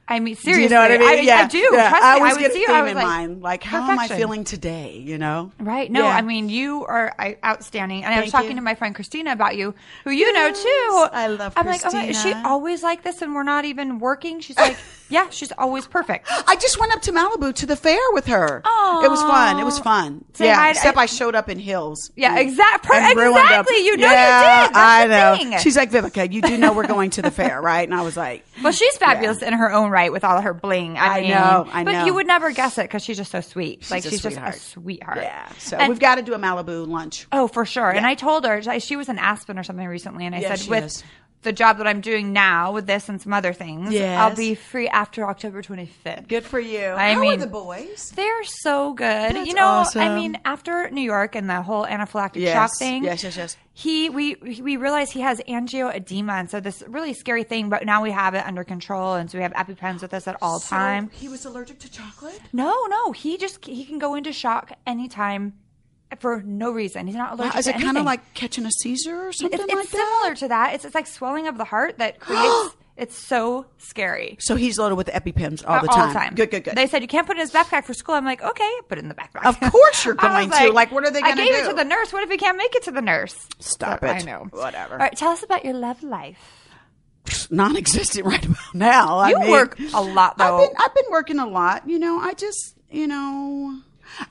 A: I mean, seriously,
J: do you know what I mean? yeah,
A: do.
J: yeah.
A: Trust
J: I
A: me,
J: always
A: I would
J: get
A: see
J: a
A: you,
J: theme
A: I was
J: in
A: like,
J: mind, like how am I
A: perfection.
J: feeling today? You know,
A: Right. No,
J: Yeah.
A: I mean you are I, outstanding, and I was
J: Thank
A: talking
J: you.
A: to my friend Christina about you, who you
J: Yes,
A: know too.
J: I love
A: I'm like, oh my, is she
J: Christina.
A: always like this, and we're not even working. She's
J: [LAUGHS]
A: like, yeah, she's always perfect.
J: I just went up to Malibu to the fair with her. Oh, it was fun. It was fun.
A: Say
J: yeah,
A: hi to-
J: except I, showed up in heels.
A: Yeah,
J: and-
A: exact- per-
J: and ruined up-
A: exactly. You know you
J: yeah,
A: did. That's
J: I
A: the
J: know.
A: thing.
J: She's like Vivica. You do know we're going to
A: [LAUGHS]
J: the fair, right? And I was like,
A: Well, she's fabulous in her own right with all her bling. I,
J: I
A: mean,
J: know, I
A: but
J: know.
A: you would never guess it because she's just so sweet. like
J: a
A: she's
J: sweetheart.
A: just a sweetheart.
J: yeah. So
A: And-
J: we've got to do a Malibu lunch.
A: Oh, for sure. And I told her I- she was in Aspen or something recently, and I
J: Yeah,
A: said
J: she
A: with
J: is.
A: the job that I'm doing now with this and some other things,
J: Yes.
A: I'll be free after October 25th.
J: Good for you.
A: I
J: how
A: mean-
J: are the boys?
A: They're so good.
J: That's
A: you know, I
J: awesome.
A: mean, after New York and the whole anaphylactic
J: Yes.
A: shock thing,
J: Yes, yes, yes.
A: He we we realized he has angioedema, and so this really scary thing. But now we have it under control, and so we have epipens with us at all
J: So
A: time.
J: he was allergic to chocolate.
A: No, no, he just he can go into shock anytime for no reason. He's not allergic.
J: Is
A: to
J: it kind of
A: anything.
J: like catching a seizure or something
A: it's,
J: like
A: it's
J: that?
A: similar to that? It's it's like swelling of the heart
J: [GASPS]
A: that creates. it's so scary.
J: So he's loaded with EpiPens all the
A: All
J: time.
A: the time.
J: Good, good, good.
A: They said you can't put it in his backpack for school. I'm like, okay, put it in the backpack.
J: Of course you're
A: [LAUGHS] I was
J: going to. Like, what are they
A: I
J: gonna
A: gave it
J: do?
A: to the nurse. What if he can't make it to the nurse?
J: Stop
A: So,
J: it.
A: I know.
J: Whatever.
A: All right, tell us about your love life.
J: non-existent [LAUGHS] right about now. I
A: You
J: mean-
A: work a lot, though.
J: I've been, I've been working a lot. You know, I just, you know,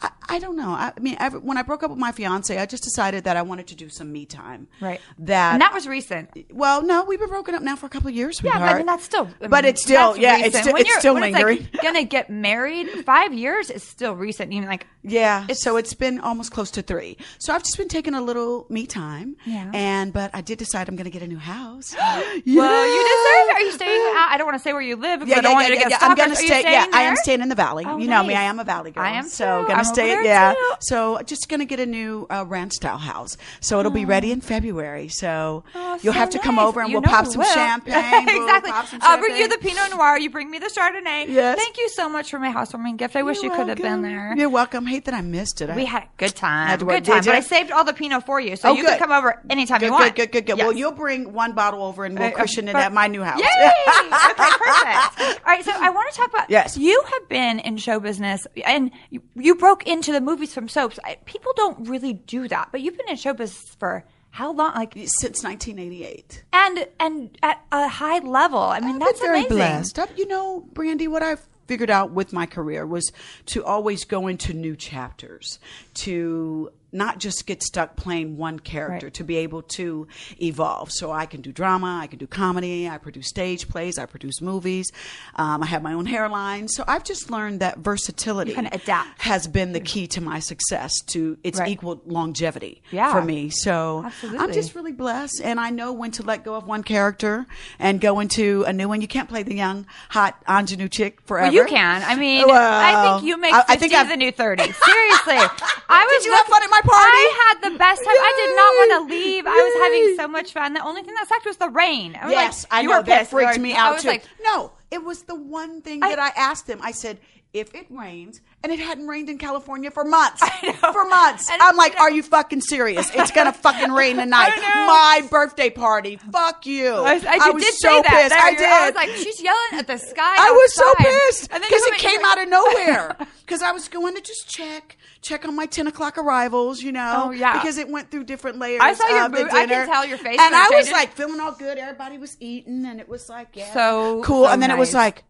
J: I, I don't know. I, mean, I, when I broke up with my fiance, I just decided that I wanted to do some me time.
A: Right.
J: That
A: and that was recent.
J: well, no, we've been broken up now for a couple of years.
A: Yeah,
J: sweetheart.
A: but that's still. I
J: but
A: mean,
J: it's still,
A: that's
J: yeah,
A: recent.
J: it's still,
A: When
J: it's
A: you're-
J: still
A: when
J: lingering.
A: It's like gonna get married. Five years is still recent. Even like,
J: Yeah. so it's been almost close to three. So I've just been taking a little me time.
A: Yeah.
J: And but I did decide I'm going to get a new house. [GASPS]
A: well, Oh, you deserve it. Are you staying out? I don't want to say where you live because I don't want you to get stopped.
J: I'm gonna
A: Are you
J: stay. Yeah,
A: staying
J: I am
A: there?
J: staying in the valley.
A: Oh,
J: you know me.
A: nice.
J: I am a valley girl.
A: I am
J: So
A: too.
J: gonna
A: I'm
J: stay.
A: over there
J: yeah.
A: too.
J: So just gonna get a new uh, ranch style house. So it'll be ready in February. So
A: Oh,
J: you'll
A: so
J: have to come
A: nice.
J: over and
A: You
J: we'll
A: know
J: pop
A: we
J: some
A: will. [LAUGHS]
J: champagne. We'll
A: exactly.
J: pop some
A: I'll bring you the
J: champagne.
A: Pinot Noir. You bring me the Chardonnay.
J: Yes.
A: Thank you so much for my housewarming gift. I wish you
J: You're
A: could have been
J: welcome.
A: there.
J: You're welcome. Hate that I missed it. I-
A: we had a good time.
J: Had to work.
A: Good time.
J: Did ya?
A: But I saved all the Pinot for you, so
J: Oh,
A: you
J: good.
A: can come over anytime
J: Good,
A: you want.
J: good, good, good, good. Well,
A: Yes.
J: you'll bring one bottle over and we'll
A: Uh,
J: cushion it
A: but-
J: at my new [LAUGHS] house.
A: Yay! okay, perfect. All right, so I want to talk about.
J: Yes.
A: you have been in show business, and you, you broke into the movies from soaps. I, people don't really do that, but you've been in show business for how long? Like,
J: Since 1988.
A: and and at a high level. I mean, that's
J: been very
A: amazing.
J: blessed. I've- you know, Brandy, what I figured out with my career was to always go into new chapters, to not just get stuck playing one character,
A: Right.
J: to be able to evolve. So I can do drama, I can do comedy, I produce stage plays, I produce movies, um, I have my own hairline. So I've just learned that versatility
A: You can adapt.
J: has been the key to my success. To it's
A: Right.
J: equal longevity
A: Yeah.
J: for me. So I'm
A: Absolutely.
J: just really blessed, and I know when to let go of one character and go into a new one. You can't play the young, hot ingenue chick forever.
A: Well, you can. I mean, I
J: Well,
A: think you make
J: I-
A: 50
J: I think I've-
A: the new 30.
J: [LAUGHS]
A: Seriously. I
J: Did
A: was
J: you have
A: looking-
J: fun at my party?
A: I had the best time. I did not want to
J: Yay!
A: leave. I was having
J: Yay!
A: so much fun. The only thing that sucked was the rain. I was
J: yes,
A: like,
J: I
A: you
J: know
A: were
J: that
A: pissed.
J: freaked
A: Like,
J: me out
A: I was
J: too.
A: like,
J: no, it was the one thing
A: I-
J: that I asked them. I said, if it rains, and it hadn't rained in California
A: [LAUGHS]
J: for months,
A: know.
J: for months,
A: And
J: I'm like,
A: you know-
J: are you fucking serious? It's
A: [LAUGHS]
J: gonna fucking rain tonight.
A: I know.
J: My birthday party. Fuck you.
A: I, was- I
J: was
A: did
J: so
A: say that.
J: pissed.
A: There
J: I
A: you-
J: did.
A: I was like, she's yelling at the sky.
J: I was so
A: outside.
J: pissed
A: And then
J: because
A: you come
J: it
A: in, you're
J: came out
A: like-
J: of
A: [LAUGHS]
J: nowhere. Because I was going to just check, check on my ten o'clock arrivals, you know.
A: Oh, yeah.
J: Because it went through different layers.
A: I saw your
J: of the
A: boob- I can
J: dinner.
A: tell your face was
J: and I was
A: changing.
J: like feeling all good. Everybody was eating, and it was like yeah,
A: So-
J: cool.
A: so
J: and then it was
A: nice. [LAUGHS]
J: like,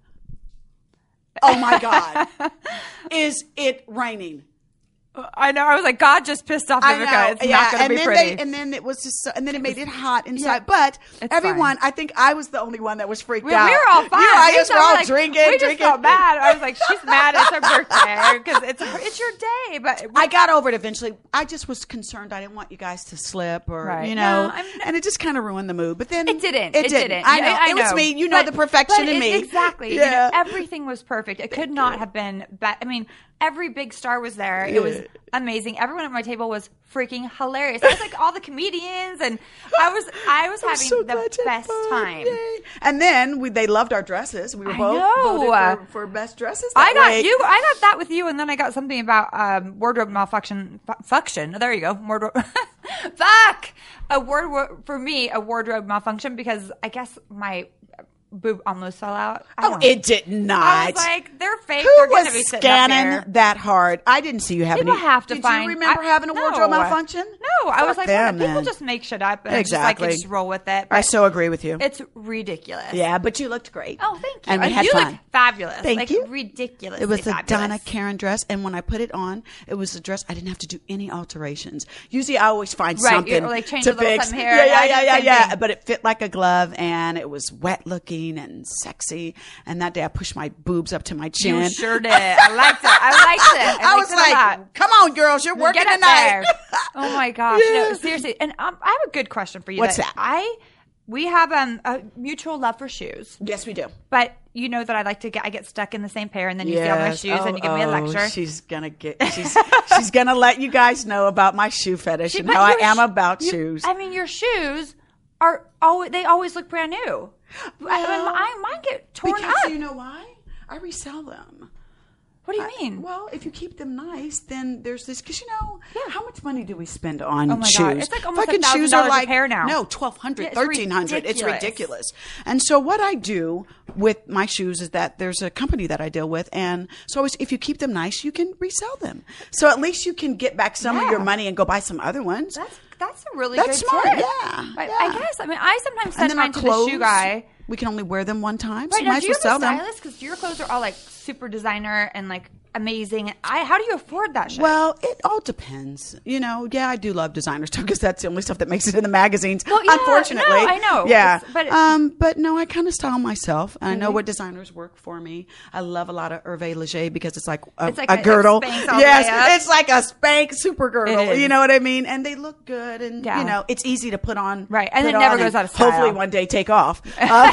J: oh my god, is it raining?
A: I know. I was like, God just pissed off Vivica. It's not going to
J: and
A: be
J: then
A: pretty.
J: They, and then it was just, so, and then it made it hot inside. but
A: It's fine.
J: everyone, I think I was the only one that was freaked
A: we, we
J: out.
A: were all
J: You
A: fine.
J: know, I
A: We
J: guess we're
A: felt
J: all
A: like-
J: drinking,
A: We just
J: drinking.
A: felt bad. I was like, she's mad. It's her birthday because it's it's your day.
J: [LAUGHS]
A: But
J: I got over it eventually. I just was concerned. I didn't want you guys to slip or
A: Right.
J: you know,
A: No, I'm-
J: and it just kind of ruined the mood. But then
A: It didn't.
J: Mm-hmm. It, didn't. I know. it was me. You know
A: But-
J: the perfection
A: but
J: in
A: it-
J: me.
A: Exactly. You know, everything was perfect. It could not have been better. I mean, every big star was there. It was amazing. Everyone at my table was freaking hilarious. It was like all the comedians, and I was I was
J: I'm
A: having
J: so glad
A: the
J: you had
A: best
J: fun.
A: time.
J: Yay. And then we, they loved our dresses. We were
A: I
J: both
A: know.
J: voted for, for best dresses.
A: I
J: that
A: got
J: week.
A: you. I got that with you, and then I got something about um, wardrobe malfunction. fu- Function. There you go. Wardrobe. [LAUGHS] Fuck. A wardrobe for me. A wardrobe malfunction because I guess my boob almost fell out. I
J: Oh,
A: don't know.
J: it did not.
A: I was like, they're fake.
J: Who
A: they're
J: was
A: gonna be sitting up
J: scanning
A: here.
J: that hard? I didn't see you have
A: People
J: any.
A: have to
J: Did
A: find.
J: you remember
A: I-
J: having a wardrobe
A: no.
J: malfunction?
A: No, I was
J: Fuck
A: like, well,
J: them,
A: people
J: then.
A: just make shit up and it's just like
J: Exactly.
A: just roll with it.
J: I so agree with you.
A: It's ridiculous.
J: yeah, but you looked great.
A: Oh, thank you.
J: And we had
A: you
J: fun.
A: look fabulous.
J: Thank
A: like,
J: you.
A: Ridiculous.
J: It was a
A: fabulous.
J: Donna Karen dress, and when I put it on, it was a dress I didn't have to do any alterations. Usually, I always find
A: Right,
J: something
A: you're like, change
J: to
A: a little
J: fix.
A: something here,
J: yeah,
A: and I
J: yeah,
A: did
J: yeah,
A: the
J: yeah,
A: same
J: yeah.
A: thing.
J: But it fit like a glove, and it was wet looking and sexy. And that day, I pushed my boobs up to my chin.
A: You sure did. I liked it. I liked it. I,
J: [LAUGHS] I
A: liked
J: was
A: it a lot.
J: like, "Come on, girls, you're working
A: Get up
J: tonight."
A: there. Oh my gosh. No, seriously. And um, I have a good question for you.
J: What's that?
A: I we have um, a mutual love for shoes.
J: [LAUGHS] yes, we do.
A: But you know that I like to get I get stuck in the same pair and then you see all my
J: Yes.
A: shoes
J: Oh,
A: and you give me a
J: oh,
A: lecture.
J: She's gonna get. She's she's gonna let you guys know about my shoe fetish and
A: But
J: how I
A: your
J: am
A: sh-
J: about
A: you-
J: shoes.
A: I mean, your shoes are always they always look brand new. I, I, mine get torn
J: because
A: up.
J: you know why? I resell them.
A: what do you mean?
J: Well, if you keep them nice, then there's this because you know how much money do we spend on
A: Oh my God.
J: shoes?
A: It's like almost
J: Fucking
A: $1,000
J: shoes are
A: a
J: like
A: pair now.
J: No, twelve hundred,
A: Yeah, it's
J: thirteen hundred. It's
A: ridiculous.
J: ridiculous. And so what I do with my shoes is that there's a company that I deal with, and so always if you keep them nice, you can resell them. So at least you can get back some of
A: Yeah.
J: your money and go buy some other ones.
A: that's that's a really
J: That's
A: good
J: smart,
A: tip.
J: yeah,
A: I, I
J: yeah.
A: guess. I mean, I sometimes send
J: and then
A: mine
J: our
A: to
J: clothes,
A: the shoe guy.
J: We can only wear them one time, so
A: Right
J: you might
A: now,
J: as
A: do you
J: well
A: have a
J: sell them.
A: stylist? Because your clothes are all like super designer and like amazing. And I, how do you afford that shit?
J: Well, it all depends. You know, yeah, I do love designer [LAUGHS] stuff because that's the only stuff that makes it in the magazines.
A: Well, yeah,
J: unfortunately,
A: no, I know.
J: Yeah,
A: It's- but
J: but
A: it- Mm-hmm.
J: um, but no, I kind of style myself, and I know what designers work for me. I love a lot of Hervé Leger because it's like a,
A: It's like a-
J: a
A: a
J: girdle.
A: Spanx all the way up.
J: yes, it's like a spank super
A: It
J: girdle.
A: is.
J: You know what I mean? And they look good, and
A: Yeah.
J: you know, it's easy to put on.
A: Right, and
J: put
A: it never
J: on
A: goes out of style.
J: Hopefully, one day
A: [LAUGHS]
J: take off. Uh,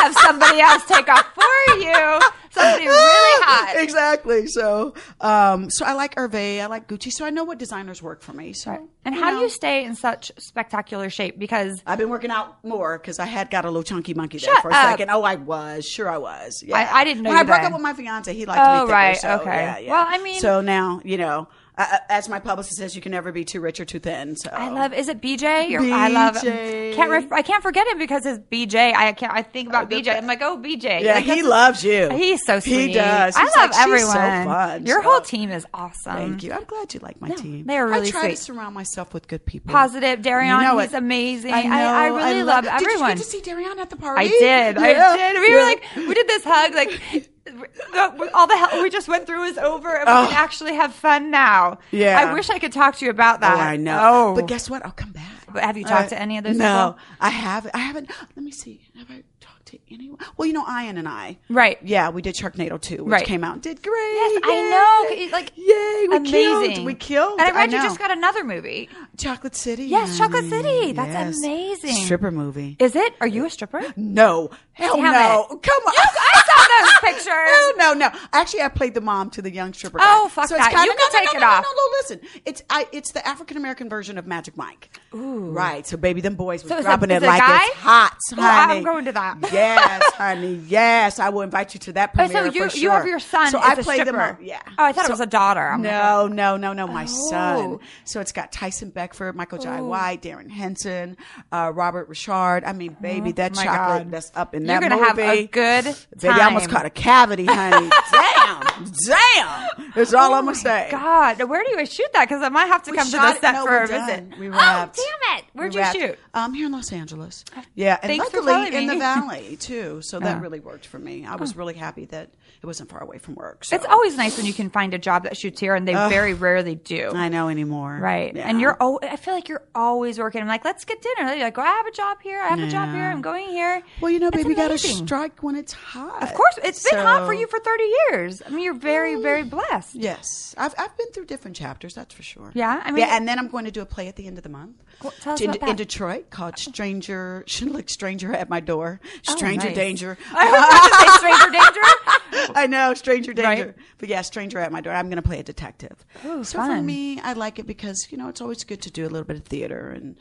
A: have somebody else take off for you. Somebody
J: [LAUGHS]
A: really hot.
J: Exactly. So, um, so I like Hervé. I like Gucci. So I know what designers work for me. So,
A: And how do you stay in such spectacular shape? Because
J: I've been working out more because I had got a little chunky monkey there
A: Shut
J: for a
A: up.
J: second. Oh, I was sure I was. Yeah,
A: I- I didn't know
J: When
A: you
J: I broke
A: then.
J: up with my fiance, he liked
A: Oh,
J: me thicker.
A: right.
J: so,
A: Okay.
J: yeah, yeah.
A: Well, I mean-
J: so now you know, uh, as my publicist says, you can never be too rich or too thin. So
A: I love is it BJ? Or I love
J: BJ.
A: can't ref, I can't forget him because it's BJ. I can't I think about
J: Uh, the
A: BJ.
J: fa-
A: I'm like, oh BJ.
J: Yeah,
A: Like,
J: he
A: that's-
J: loves you.
A: He's so sweet.
J: He does.
A: I
J: He's
A: love
J: like, "She's
A: everyone.
J: so fun."
A: Your
J: So-
A: whole team is awesome.
J: Thank you. I'm glad you like my team.
A: Um, they are really
J: I try
A: sweet.
J: to surround myself with good people.
A: Positive. Darion,
J: You know
A: he's
J: it.
A: amazing. I, I,
J: know.
A: really
J: lo-
A: love
J: Did
A: everyone.
J: you get to see Darion at the party?
A: I did.
J: Yeah.
A: I did. We
J: Yeah. Oh,
A: were like, we did this hug. Like, the- all the hell we just went through is over, and we can actually have fun now.
J: Oh. Yeah.
A: I wish I could talk to you about that.
J: Oh, I know.
A: Oh,
J: But guess what? I'll come back. Uh,
A: But have you talked to any of those
J: No,
A: people?
J: I haven't. I haven't. Let me see. Have I talked to anyone? Well, you know, Ian and I.
A: Right.
J: Yeah, we did Sharknado 2, which
A: Right.
J: came out and did great.
A: Yes,
J: Yay.
A: I know. It- Like,
J: Yay, we
A: amazing.
J: killed. We killed.
A: And I read you
J: know.
A: just got another movie.
J: Chocolate City.
A: Yes, Chocolate
J: honey.
A: City. That's amazing.
J: Stripper movie.
A: Is it? Are you a stripper?
J: no. Hell
A: Damn
J: no.
A: it.
J: Come on.
A: I
J: [LAUGHS]
A: saw those pictures.
J: No, no, no. Actually, I played the mom to the young stripper. guy.
A: Oh, fuck that.
J: kinda-
A: You can
J: no, no,
A: take
J: no,
A: it
J: no,
A: off.
J: No, no, no, listen. It's I. It's the African American version of Magic Mike. Ooh. Right. So baby, them boys was
A: So is it-
J: dropping
A: is
J: it
A: it a
J: like
A: guy?
J: it's hot,
A: Ooh,
J: honey.
A: I'm going to that. [LAUGHS]
J: Yes, honey. Yes, I will invite you to that
A: Oh, so
J: premiere
A: you
J: for sure.
A: you have your son.
J: So
A: as
J: I
A: a
J: played the
A: stripper.
J: mom. Yeah.
A: Oh, I thought it
J: So-
A: was a daughter. I'm like,
J: no, no, no, no, my
A: Oh.
J: son. So it's got Tyson Beckford, Michael J. White, Darren Henson, uh, Robert Richard. I mean, baby, that
A: my
J: chocolate
A: God.
J: that's up in
A: You're
J: that
A: gonna have a
J: movie.
A: good
J: Baby, I almost
A: time. [LAUGHS]
J: caught a cavity, honey. Damn. hot damn is all
A: Oh
J: I'm
A: my
J: gonna say.
A: God, where do you shoot that? Because I might have to
J: We
A: come to
J: shot
A: the
J: it-
A: set
J: no,
A: for
J: we're
A: a
J: done.
A: visit.
J: We
A: oh,
J: wrapped.
A: damn it! Where'd
J: We
A: you
J: wrapped.
A: shoot? Uh,
J: Um, here in Los Angeles. Yeah, and
A: Thanks for
J: luckily
A: telling
J: in the
A: me.
J: valley too. So
A: Yeah. Oh.
J: that really worked for me. I was really happy that it wasn't far away from work. So.
A: It's always nice when you can find a job that shoots here, and they very rarely do.
J: I know anymore.
A: Right.
J: Yeah.
A: And you're oh I feel like you're always working. I'm like, let's get dinner. They're like, oh, I have a job here. I have a job here. I'm going here.
J: well, you know,
A: It's
J: baby, got to
A: amazing.
J: strike when it's hot.
A: Of course, it's been hot for
J: So-
A: you for 30 years. I mean, you're very, very blessed.
J: Yes, I've I've been through different chapters. That's for sure.
A: Yeah, I mean-
J: yeah, and then I'm going to do a play at the end of the month
A: Cool. Tell us
J: in,
A: about that.
J: in Detroit called "Stranger." [LAUGHS] She looked stranger at my door. Stranger
A: Oh, nice.
J: danger.
A: I was about to say [LAUGHS] stranger danger.
J: [LAUGHS] I know, stranger danger.
A: Right.
J: But yeah, stranger at my door. I'm going to play a detective.
A: Ooh,
J: so for
A: fun.
J: me, I like it because you know it's always good to do a little bit of theater and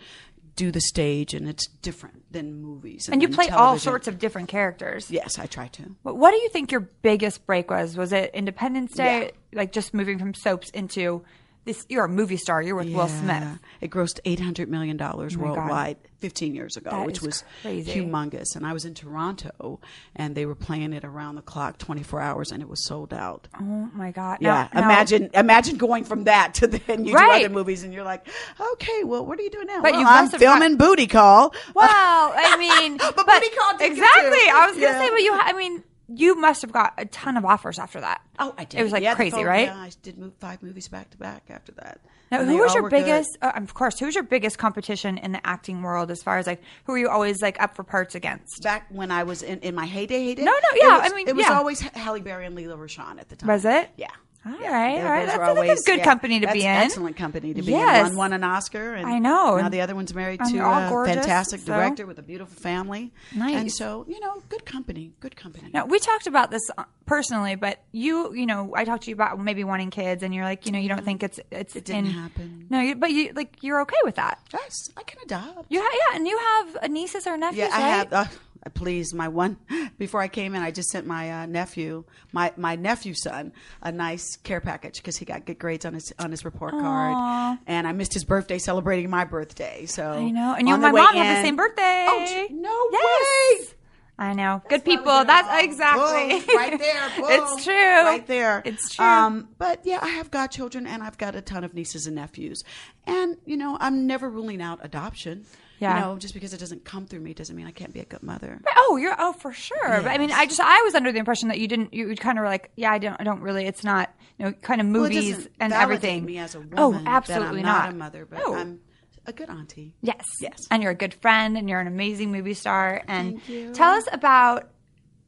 J: do the stage, and it's different than movies.
A: And you
J: than
A: play all
J: television.
A: sorts of different characters.
J: Yes, I try to.
A: But What do you think your biggest break was? Was it Independence Day?
J: Yeah.
A: Like just moving from soaps into this? You're a movie star. You're with Will
J: Yeah.
A: Smith. Oh
J: It grossed eight hundred million dollars
A: my God.
J: worldwide fifteen years ago,
A: That
J: which
A: is
J: was
A: crazy.
J: humongous. And I was in Toronto, and they were playing it around the clock, twenty four hours, and it was sold out.
A: Oh my God. Now-
J: yeah,
A: now-
J: imagine imagine going from that to then you
A: Right.
J: do other movies, and you're like, okay, well, what are you doing now?
A: But
J: well,
A: you
J: I'm
A: must have
J: filming Booty Call.
A: [LAUGHS] Well,
J: [LAUGHS]
A: I mean,
J: But booty call did get
A: exactly.
J: you.
A: I was gonna
J: Yeah.
A: say, but you, I mean, you must have got a ton of offers after that.
J: Oh, I did.
A: It was like
J: Yeah, the
A: crazy,
J: phone-
A: right?
J: Yeah, I did move five movies back to back after that.
A: Now,
J: And
A: who
J: they
A: was
J: all
A: your
J: were good.
A: biggest? Uh, of course, who was your biggest competition in the acting world? As far as like, who were you always like up for parts against?
J: back when I was in, in my heyday, heyday.
A: No, no,
J: it
A: yeah,
J: was-
A: I mean,
J: it was
A: yeah.
J: always Halle Berry and Leela Rashan at the time.
A: Was it?
J: Yeah.
A: All
J: Yeah.
A: right,
J: Th-
A: all right.
J: those
A: That
J: were
A: sounds like a good company to
J: that's
A: be in.
J: Excellent company to be
A: Yes.
J: in. One won an Oscar, and
A: I know,
J: Now
A: and-
J: the other one's married
A: and
J: to
A: they're all
J: a
A: gorgeous,
J: fantastic
A: so-
J: director with a beautiful family. And
A: Nice.
J: so you know, good company, good company.
A: Now, we talked about this uh, personally, but you, you know, I talked to you about maybe wanting kids, and you're like, you know, you don't think it's it's it
J: didn't happen.
A: No, you, but you like you're okay with that.
J: yes, I can adopt.
A: You ha- yeah, and you have uh, nieces or nephews,
J: Yeah, I
A: right?
J: have. Uh, please, my one. [GASPS] Before I came in, I just sent my uh, nephew, my my nephew son, a nice care package because he got good grades on his on his report card, and I missed his birthday celebrating my birthday. So
A: I know. And you and
J: on
A: my
J: the way
A: mom have the
J: in-
A: same birthday.
J: Oh gee, no
A: Yes.
J: way!
A: I know. Good
J: why we
A: people.
J: get
A: That's
J: along.
A: exactly.
J: Boom, right there. Boom,
A: [LAUGHS] it's true.
J: Right there.
A: It's true.
J: Um, but yeah, I have godchildren and I've got a ton of nieces and nephews. And, you know, I'm never ruling out adoption.
A: Yeah.
J: You know, just because it doesn't come through me doesn't mean I can't be a good mother.
A: Oh, you're oh for sure. But I mean, I just I was under the impression that you didn't. You kind of were like, yeah, I don't, I don't really. It's not you know kind of
J: Well, it
A: movies
J: doesn't
A: and
J: validate
A: everything.
J: me as a woman.
A: oh,
J: that I'm
A: absolutely
J: not.
A: not
J: a mother, but
A: No.
J: I'm a good auntie.
A: Yes.
J: Yes.
A: And you're a good friend and you're an amazing movie star. And tell us about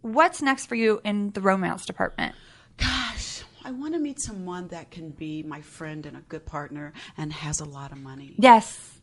A: what's next for you in the romance department.
J: Gosh, I want to meet someone that can be my friend and a good partner and has a lot of money. [LAUGHS]
A: Yes.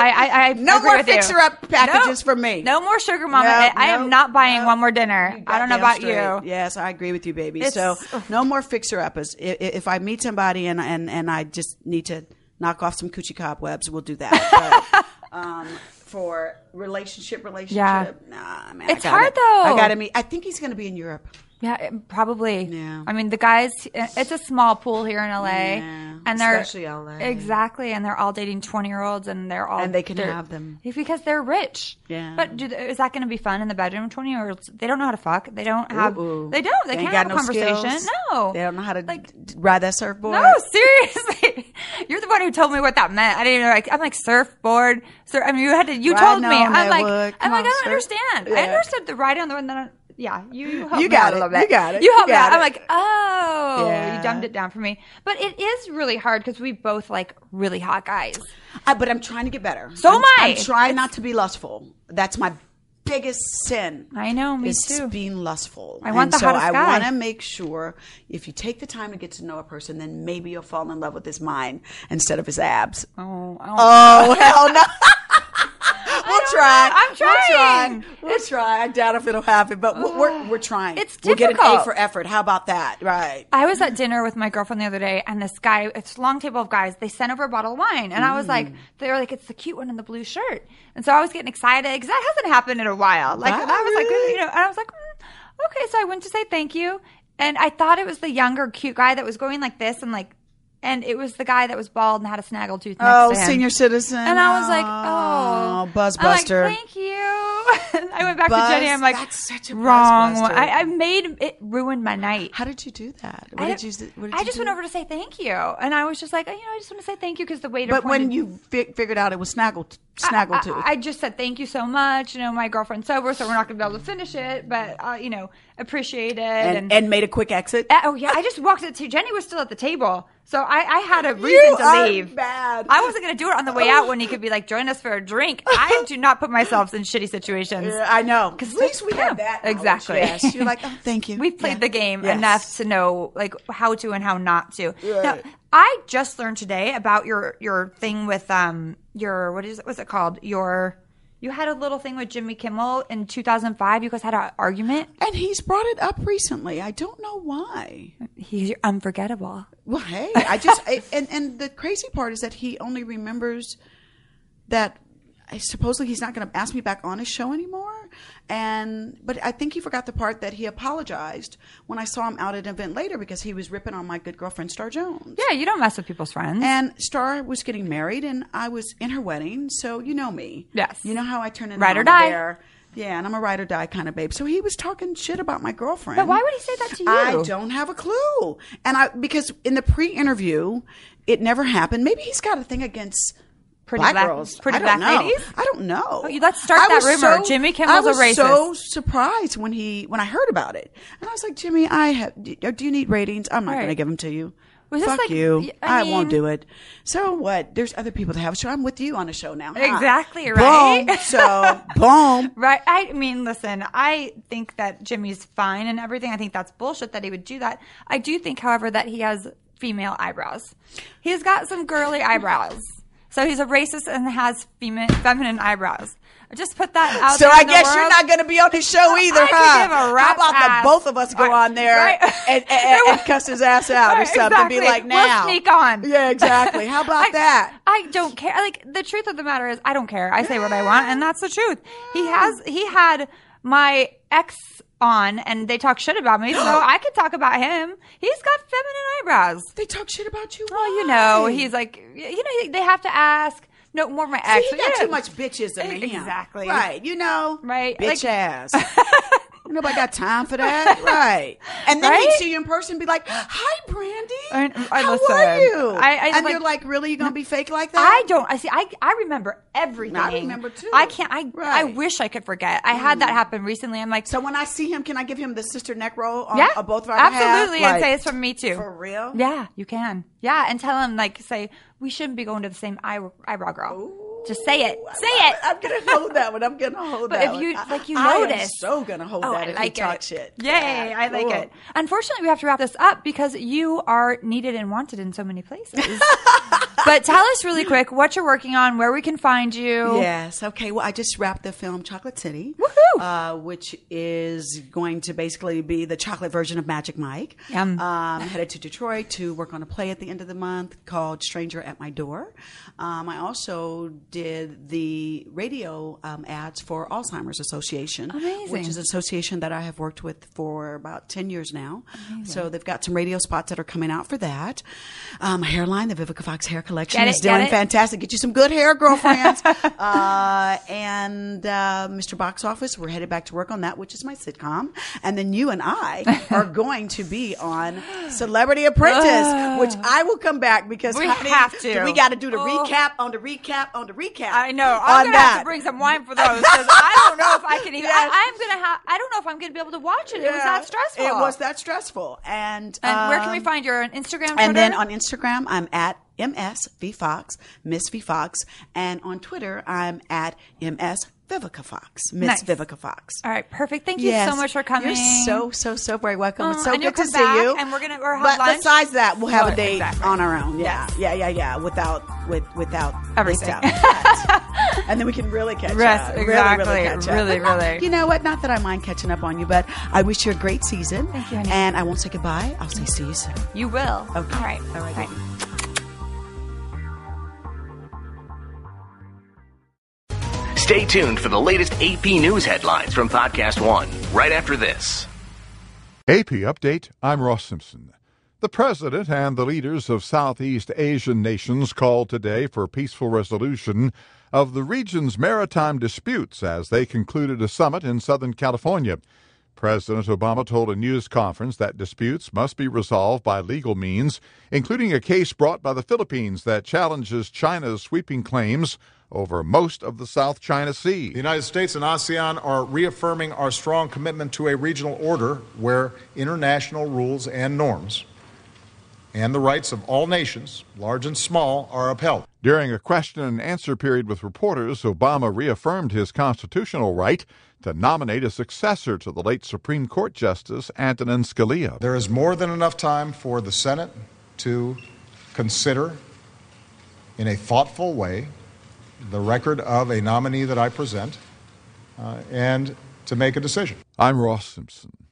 A: I, I, I
J: No
A: agree
J: more
A: with you.
J: fixer-up packages for me.
A: No more sugar mama.
J: No,
A: I, I
J: no,
A: am not buying
J: no.
A: one more dinner.
J: You
A: I don't know
J: goddamn
A: about
J: straight.
A: you.
J: Yes, I agree with you, baby.
A: It's-
J: so no more fixer uppers. If, if I meet somebody and, and and I just need to knock off some coochie cobwebs, we'll do that.
A: [LAUGHS]
J: But, um, for relationship, relationship, nah, man. I
A: It's
J: gotta-
A: hard, though.
J: I gotta meet. I think he's gonna be in Europe.
A: Yeah, it- probably.
J: Yeah.
A: I mean, the guys, it's a small pool here in LA.
J: Yeah,
A: And they're,
J: especially LA.
A: Exactly. And they're all dating 20 year olds and they're all.
J: And they can
A: they're-
J: have them.
A: It's Because they're rich.
J: Yeah.
A: But do they, is that going to be fun in the bedroom? 20 year olds, they don't know how to fuck. They don't have.
J: Ooh.
A: They don't. They,
J: ain't
A: can't have
J: got
A: a
J: no
A: conversation.
J: skills.
A: No.
J: they don't know how to
A: Like,
J: d- ride that surfboard.
A: No, seriously. [LAUGHS] You're the one who told me what that meant. I didn't even like I'm like surfboard. Sur- I mean you had to you
J: Right,
A: told
J: no,
A: me. I'm like
J: Netwood.
A: I'm
J: Come
A: like, I
J: on,
A: don't
J: surf.
A: understand. I
J: Yeah.
A: understood the right on the one that I, yeah, you, you helped
J: You
A: me out a
J: got it.
A: little bit.
J: You got it.
A: You
J: You
A: helped me
J: got
A: out. I'm
J: it.
A: like, oh you
J: Yeah.
A: dumbed it down for me. But it is really hard because we both like really hot guys.
J: I, but I'm trying to get better.
A: So
J: I'm,
A: am I.
J: I'm trying not to be lustful. That's my biggest sin.
A: I know, me
J: is
A: too.
J: Being lustful.
A: I want
J: and
A: the
J: so
A: hottest
J: I
A: guy.
J: want to make sure if you take the time to get to know a person, then maybe you'll fall in love with his mind instead of his abs.
A: Oh, I don't
J: Oh [LAUGHS] hell
A: [LAUGHS]
J: no. We'll try.
A: know. I'm trying.
J: We'll try. We'll try. I doubt if it'll happen, but we're, we're, we're trying.
A: It's
J: We'll get an A
A: difficult.
J: for effort. How about that? Right.
A: I was at dinner with my girlfriend the other day, and this guy, it's a long table of guys, they sent over a bottle of wine. And I was
J: Mm.
A: like, they were like, it's the cute one in the blue shirt. And so I was getting excited because that hasn't happened in a while. Like, and I was like,
J: Really?
A: you know, and I was like, mm, okay. So I went to say thank you. And I thought it was the younger, cute guy that was going like this and like, and it was the guy that was bald and had a snaggle tooth. Next
J: Oh,
A: to him.
J: senior citizen.
A: And I was like, oh,
J: buzzbuster.
A: [LAUGHS] I'm like, Thank you. I went back to Jenny. I'm like,
J: That's such a
A: wrong one.
J: buzzbuster.
A: I, I made it ruined my night.
J: How did you do that? What
A: I,
J: did you? s- What did
A: I
J: you
A: just
J: do?
A: went over to say thank you, and I was just like, "Oh, you know, I just want to say thank you because the waiter.
J: But when
A: pointed-
J: you fi- figured out it was snaggle
A: I,
J: snaggletooth,
A: I just said thank you so much. You know, my girlfriend's sober, so we're not going to be able to finish it, but uh, you know, appreciate it.
J: and,
A: And,
J: and made a quick exit.
A: Uh, oh yeah, I just walked it to Jenny was still at the table, so I, I had a reason to
J: are
A: leave.
J: bad.
A: I wasn't going to do it on the way out when he could be like, join us for a drink.
J: [LAUGHS]
A: I do not put myself in shitty situations.
J: Yeah, I know.
A: 'Cause
J: at least we
A: yeah,
J: have that. knowledge.
A: exactly.
J: Yes.
A: [LAUGHS]
J: You're like, oh, thank you.
A: We've played
J: Yeah.
A: the game
J: Yes.
A: enough to know like how to and how not to. Now, I just learned today about your your thing with um your what is it what's it called your you had a little thing with Jimmy Kimmel in 2005. You guys had an argument.
J: And he's brought it up recently. I don't know why.
A: He's unforgettable.
J: Well, hey, I just I, and and the crazy part is that he only remembers that I- supposedly he's not going to ask me back on his show anymore. And but I think he forgot the part that he apologized when I saw him out at an event later because he was ripping on my good girlfriend Star Jones.
A: Yeah, you don't mess with people's friends.
J: And Star was getting married, and I was in her wedding, so you know me.
A: Yes.
J: You know how I turn in
A: Ride or
J: mama
A: die.
J: bear. Yeah, and I'm a ride or die kind of babe. So he was talking shit about my girlfriend.
A: But why would he say that to you?
J: I don't have a clue. And I because in the pre-interview, it never happened. Maybe he's got a thing against
A: Pretty
J: black,
A: black-
J: girls.
A: pretty
J: I don't
A: black
J: know.
A: ladies?
J: I don't know.
A: Oh, you- let's start
J: I
A: that
J: was
A: rumor. Jimmy Kimmel's
J: I was
A: a racist.
J: So surprised when he when I heard about it, and I was like, Jimmy, I have. Do do you need ratings? I'm not
A: Right.
J: going to give them to you.
A: Was this
J: Fuck
A: like-
J: you. I,
A: I
J: won't
A: mean-
J: do it. So what? There's other people that have a show. I'm with you on a show now. huh?
A: Exactly, right? [LAUGHS]
J: Boom. So boom.
A: Right. I mean, listen, I think that Jimmy's fine and everything. I think that's bullshit that he would do that. I do think, however, that he has female eyebrows. He's got some girly eyebrows. So he's a racist and has femi- feminine eyebrows. Just put that out
J: So
A: there.
J: I
A: in the
J: guess
A: world.
J: you're not going to be on his show
A: [LAUGHS]
J: either,
A: I could
J: huh?
A: give a rat's
J: How about
A: ass.
J: the both of us go
A: Right.
J: on there
A: Right.
J: and,
A: [LAUGHS]
J: and, and, and cuss his ass out or
A: Right,
J: something? Be
A: exactly.
J: like,
A: We'll
J: now
A: sneak on.
J: Yeah, exactly. How about
A: [LAUGHS] I-
J: that?
A: I don't care. Like the truth of the matter is, I don't care. I say what I want, and that's the truth. He has. He had my ex on, and they talk shit about me, so
J: [GASPS]
A: I could talk about him. He's got feminine eyebrows.
J: They talk shit about you.
A: Well, you know,
J: Why?
A: he's like, you know, they have to ask. No, more my
J: See,
A: ex.
J: he got
A: Yeah.
J: too much bitches in him.
A: Exactly.
J: Right. You know.
A: Right,
J: Bitch
A: like- [LAUGHS]
J: ass. Nobody got time for that. Right. And then he'd
A: Right?
J: see you in person and be like, hi, Brandy.
A: I- I
J: How
A: listen.
J: are you?
A: I- I-
J: and
A: like-
J: you're like, really? you going to be fake like that?
A: I don't. I see. I I remember everything.
J: I remember too.
A: I can't. I I
J: Right. Mm.
A: wish I could forget. I had that happen recently. I'm like,
J: So when I see him, can I give him the sister neck roll on,
A: yeah,
J: on both of our
A: absolutely.
J: behalf?
A: I'd say
J: Like,
A: it's from me too.
J: For real?
A: Yeah, you can. Yeah, and tell him like say we shouldn't be going to the same eye, eyebrow girl. Just say it. Say it.
J: I'm gonna hold that one. I'm gonna hold
A: But
J: that.
A: if you
J: one.
A: like, you
J: I, I am
A: notice.
J: so gonna hold
A: Oh,
J: that.
A: I
J: if
A: like
J: you talk
A: it.
J: shit.
A: Yay,
J: Yeah,
A: I like
J: cool.
A: it. Unfortunately, we have to wrap this up because you are needed and wanted in so many
J: [LAUGHS]
A: places. but tell us really quick what you're working on, where we can find you.
J: Yes. Okay. Well, I just wrapped the film Chocolate City,
A: Woohoo!
J: Uh, which is going to basically be the chocolate version of Magic Mike.
A: Yum.
J: Um, headed to Detroit to work on a play at the end of the month called Stranger at My Door. Um, I also did the radio um, ads for Alzheimer's Association,
A: Amazing.
J: which is an association that I have worked with for about ten years now. So they've got some radio spots that are coming out for that. Um, my hairline, the Vivica Fox Hair Collection,
A: Get
J: is
A: it, get
J: doing
A: it?
J: fantastic. Get you some good
A: [LAUGHS]
J: hair, girlfriends. uh, and uh, Mr. Box Office, we're headed back to work on that, which is my sitcom. And then you and
A: [LAUGHS]
J: I are going to be on
A: [GASPS]
J: Celebrity Apprentice, which I will come back because
A: We
J: honey,
A: have to.
J: We got to do the
A: Oh.
J: recap on the recap on the recap.
A: I know. I'm
J: on
A: gonna
J: that.
A: have to bring some wine for those 'cause I don't know if I
J: [LAUGHS]
A: can even. I, I'm gonna have. I don't know if I'm gonna be able to watch it. It was
J: Yeah.
A: that stressful.
J: It was that stressful. And
A: And where can
J: um,
A: we find you? On Instagram, Twitter?
J: And then on Instagram, I'm at MSVFox, Miss V Fox. And on Twitter, I'm at MS Vivica Fox, Miss
A: Nice.
J: Vivica Fox.
A: All right, perfect. Thank you
J: Yes.
A: so much for coming.
J: You're so, so, so very welcome.
A: Oh,
J: it's so
A: and you'll
J: good to
A: come
J: see you.
A: back and we're gonna- we'll have
J: But
A: lunch.
J: besides that, we'll have
A: Oh,
J: a date
A: exactly.
J: on our own. Yeah.
A: Yes.
J: Yeah, yeah, yeah. Without, with, without
A: Everything.
J: without
A: [LAUGHS]
J: that. and then we can really catch
A: Yes,
J: up. Really,
A: exactly.
J: really catch up.
A: Really,
J: But not-
A: really.
J: You know what? Not that I mind catching up on you, but I wish you a great season.
A: Thank you, honey.
J: And I won't say goodbye. I'll say see you soon.
A: you will.
J: Okay.
A: All right.
J: All right.
D: Stay tuned for the latest AP news headlines from Podcast One right after this.
K: AP Update, I'm Ross Simpson. The President and the leaders of Southeast Asian nations called today for peaceful resolution of the region's maritime disputes as they concluded a summit in Southern California. President Obama told a news conference that disputes must be resolved by legal means, including a case brought by the Philippines that challenges China's sweeping claims over most of the South China Sea.
L: The United States and ASEAN are reaffirming our strong commitment to a regional order where international rules and norms and the rights of all nations, large and small, are upheld.
K: During a question and answer period with reporters, Obama reaffirmed his constitutional right to nominate a successor to the late Supreme Court Justice Antonin Scalia.
L: There is more than enough time for the Senate to consider in a thoughtful way the record of a nominee that I present uh, and to make a decision.
K: I'm Ross Simpson.